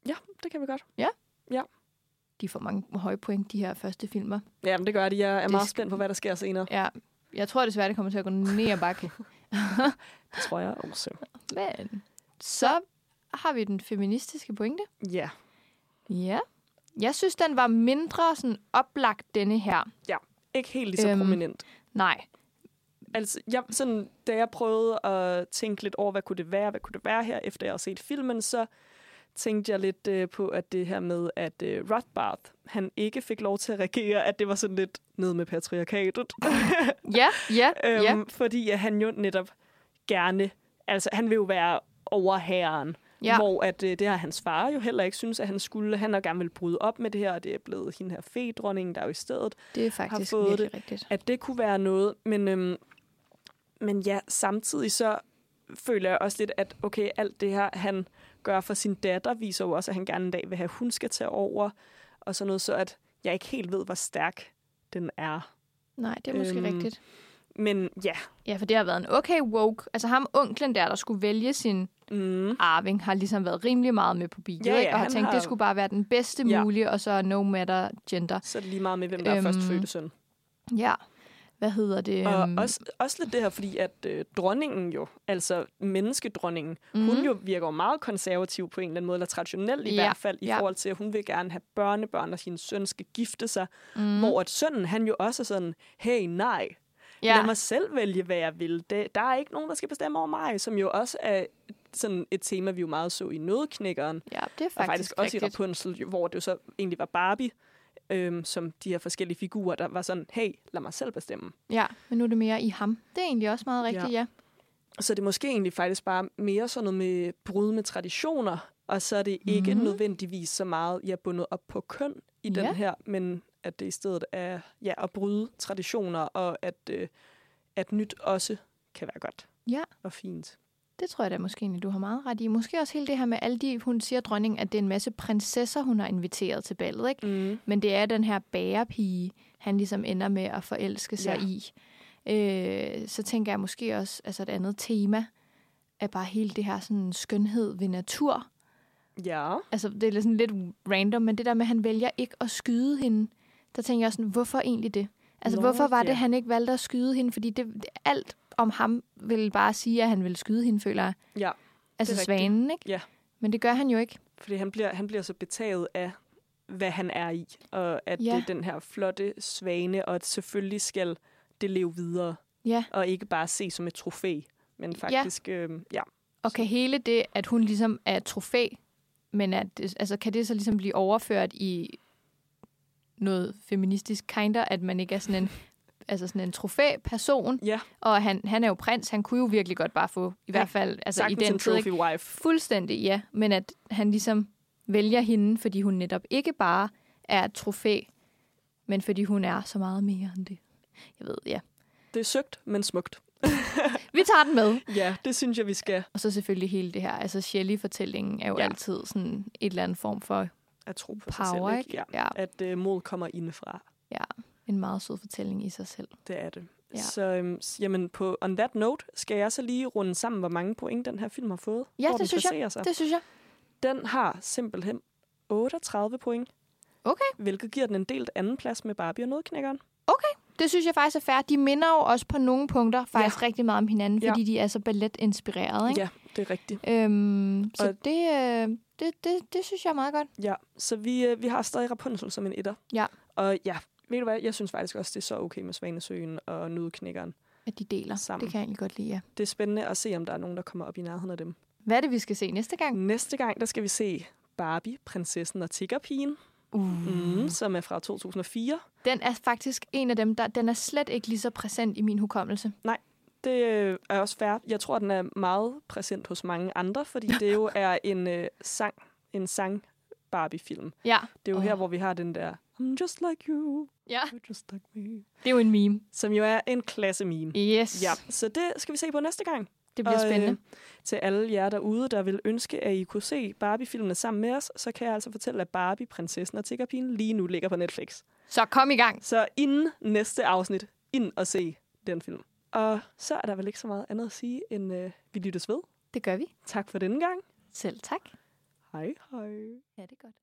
Ja, det kan vi godt. De får mange høje point, de her første filmer. Ja, men det gør det. Jeg er Det meget sk- spændt på, hvad der sker senere. Ja, jeg tror desværre, det kommer til at gå ned ad bakke. Det tror jeg også. Men så har vi den feministiske pointe. Ja. Ja. Jeg synes, den var mindre sådan oplagt, denne her. Ikke helt lige så Øhm. øhm. prominent. Nej. Altså, jeg, sådan, da jeg prøvede at tænke lidt over, hvad kunne det være, hvad kunne det være her, efter jeg har set filmen, så tænkte jeg lidt øh, på, at det her med, at øh, Rothbard, han ikke fik lov til at regere, at det var sådan lidt ned med patriarkatet. Ja, ja, Øhm, ja. Fordi at han jo netop gerne... Altså, han vil jo være over herren. Ja. Hvor at, øh, det har hans far jo heller ikke synes, at han skulle. Han har gerne vil bryde op med det her, og det er blevet hende her fedronningen, der er jo i stedet. Det er faktisk fået virkelig det. rigtigt. At det kunne være noget, men, øhm, men ja, samtidig så føler jeg også lidt, at okay, alt det her, han gør for sin datter, viser jo også, at han gerne en dag vil have, at hun skal tage over, og sådan noget, så at jeg ikke helt ved, hvor stærk den er. Nej, det er måske øhm. Øhm. rigtigt. Men ja, Ja, for det har været en okay woke. Altså ham onklen der, der skulle vælge sin mm, arving, har ligesom været rimelig meget med på bilen, Ja, ikke? ja, og har han tænkt, har- det skulle bare være den bedste ja. Ja. mulige, og så no matter gender. så er det lige meget med, hvem der Øhm, er førstfødte søn. Ja, hvad hedder det? Og Øhm, også, også lidt det her, fordi at øh, dronningen jo, altså menneskedronningen, Mhm. mm-hmm. hun jo virker jo meget konservativ på en eller anden måde, eller traditionel i Ja, ja. hvert fald, i ja. ja. forhold til, at hun vil gerne have børnebørn, og hendes søn skal gifte sig. mm, Mm. Hvor at sønnen, han jo også er sådan, hey, nej, ja. ja, lad mig selv vælge, hvad jeg vil. Det, der er ikke nogen, der skal bestemme over mig, som jo også er sådan et tema, vi jo meget så i Nødknækkeren, ja, det er og faktisk, faktisk også i rigtigt. Rapunzel, jo, hvor det jo så egentlig var Barbie, øhm, som de her forskellige figurer, der var sådan, hey, lad mig selv bestemme. Ja, men nu er det mere i ham. Det er egentlig også meget rigtigt, ja. ja. Så det er måske egentlig faktisk bare mere sådan noget med brud med traditioner, og så er det ikke Mhm. mm-hmm. nødvendigvis så meget, jeg er bundet op på køn i den Ja. her, men at det i stedet er ja, at bryde traditioner, og at, øh, at nyt også kan være godt Ja. og fint. Det tror jeg da måske egentlig, du har meget ret i. Måske også hele det her med alle de, hun siger dronningen, at det er en masse prinsesser, hun har inviteret til ballet, ikke? Mm. Men det er den her bærepige, han ligesom ender med at forelske sig Ja. ja. i. Øh, så tænker jeg måske også, altså et andet tema, er bare hele det her sådan skønhed ved natur. Ja. Altså det er lidt sådan lidt random, men det der med, at han vælger ikke at skyde hende, der tænker jeg sådan, hvorfor egentlig det? Altså Nå, Nå, hvorfor var ja. det, han ikke valgte at skyde hende? Fordi det, det- alt om ham ville bare sige, at han ville skyde hende, føler jeg. Ja, Altså det er rigtigt. svanen, ikke? Ja. Men det gør han jo ikke. Fordi han bliver, han bliver så betaget af, hvad han er i, og at ja. Ja. det er den her flotte svane, og at selvfølgelig skal det leve videre, Ja. og ikke bare se som et trofæ, men faktisk, ja. Øh, ja. Og kan hele det, at hun ligesom er et trofæ, men at, det- altså, kan det så ligesom blive overført i noget feministisk kinder, at man ikke er sådan en, altså sådan en trofæ-person, Ja, og han, han er jo prins, han kunne jo virkelig godt bare få, i hvert fald altså, i sagtens en den tid, trophy ikke? wife. fuldstændig ja, men at han ligesom vælger hende, fordi hun netop ikke bare er et trofæ, men fordi hun er så meget mere end det. Jeg ved, ja. Det er søgt, men smukt. Vi tager den med. Ja, det synes jeg, vi skal Og så selvfølgelig hele det her, altså Shelley-fortællingen er jo Ja. ja. altid sådan et eller andet form for at tro på sig power, selv. ikke? Ja. ja. At øh, mod kommer indefra. En meget sød fortælling i sig selv. Det er det. Ja. Ja. Så øhm, s- jamen, på on that note, skal jeg så lige runde sammen, hvor mange point den her film har fået. Ja, hvor det den synes jeg. placerer Sig. Det synes jeg. Den har simpelthen 38 point. Okay. Hvilket giver den en delt anden plads med Barbie og Nødknækkeren. Det synes jeg faktisk er fair. De minder jo også på nogle punkter faktisk ja. rigtig meget om hinanden, Ja. fordi de er så balletinspirerede. Ikke? Ja, det er rigtigt. Ja. Øhm, så Og- det, øh, det, det, det synes jeg er meget godt. Ja, så vi, øh, vi har stadig Rapunzel som en etter. Ja. Og ja, ved du hvad, jeg synes faktisk også, det er så okay med Svanesøen og Nødknækkeren. At de deler. Sammen. Sammen. Det kan jeg egentlig godt lide, ja. Det er spændende at se, om der er nogen, der kommer op i nærheden af dem. Hvad er det, vi skal se næste gang? Næste gang, der skal vi se Barbie, prinsessen og tiggerpigen, Uh. mm. som er fra 2004. Den er faktisk en af dem, der den er slet ikke lige så præsent i min hukommelse. Det øh, er også fair. Jeg tror, den er meget præsent hos mange andre, fordi det jo er en øh, sang, en sang Barbie-film. Ja. Det er jo oh. Åh. her, hvor vi har den der I'm just like you, ja. you're just like me, Det er jo en meme. som jo er en klasse meme. Yes. Ja, så det skal vi se på næste gang. Det bliver Og, øh, spændende. Til alle jer derude, der vil ønske, at I kunne se Barbie-filmene sammen med os, så kan jeg altså fortælle, at Barbie, Prinsessen og Tiggerpigen lige nu ligger på Netflix. Så kom i gang. Så inden næste afsnit, ind og se den film. Og så er der vel ikke så meget andet at sige, end øh, vi lyttes ved. Det gør vi. Tak for denne gang. Selv tak. Hej hej. Ja, det er godt.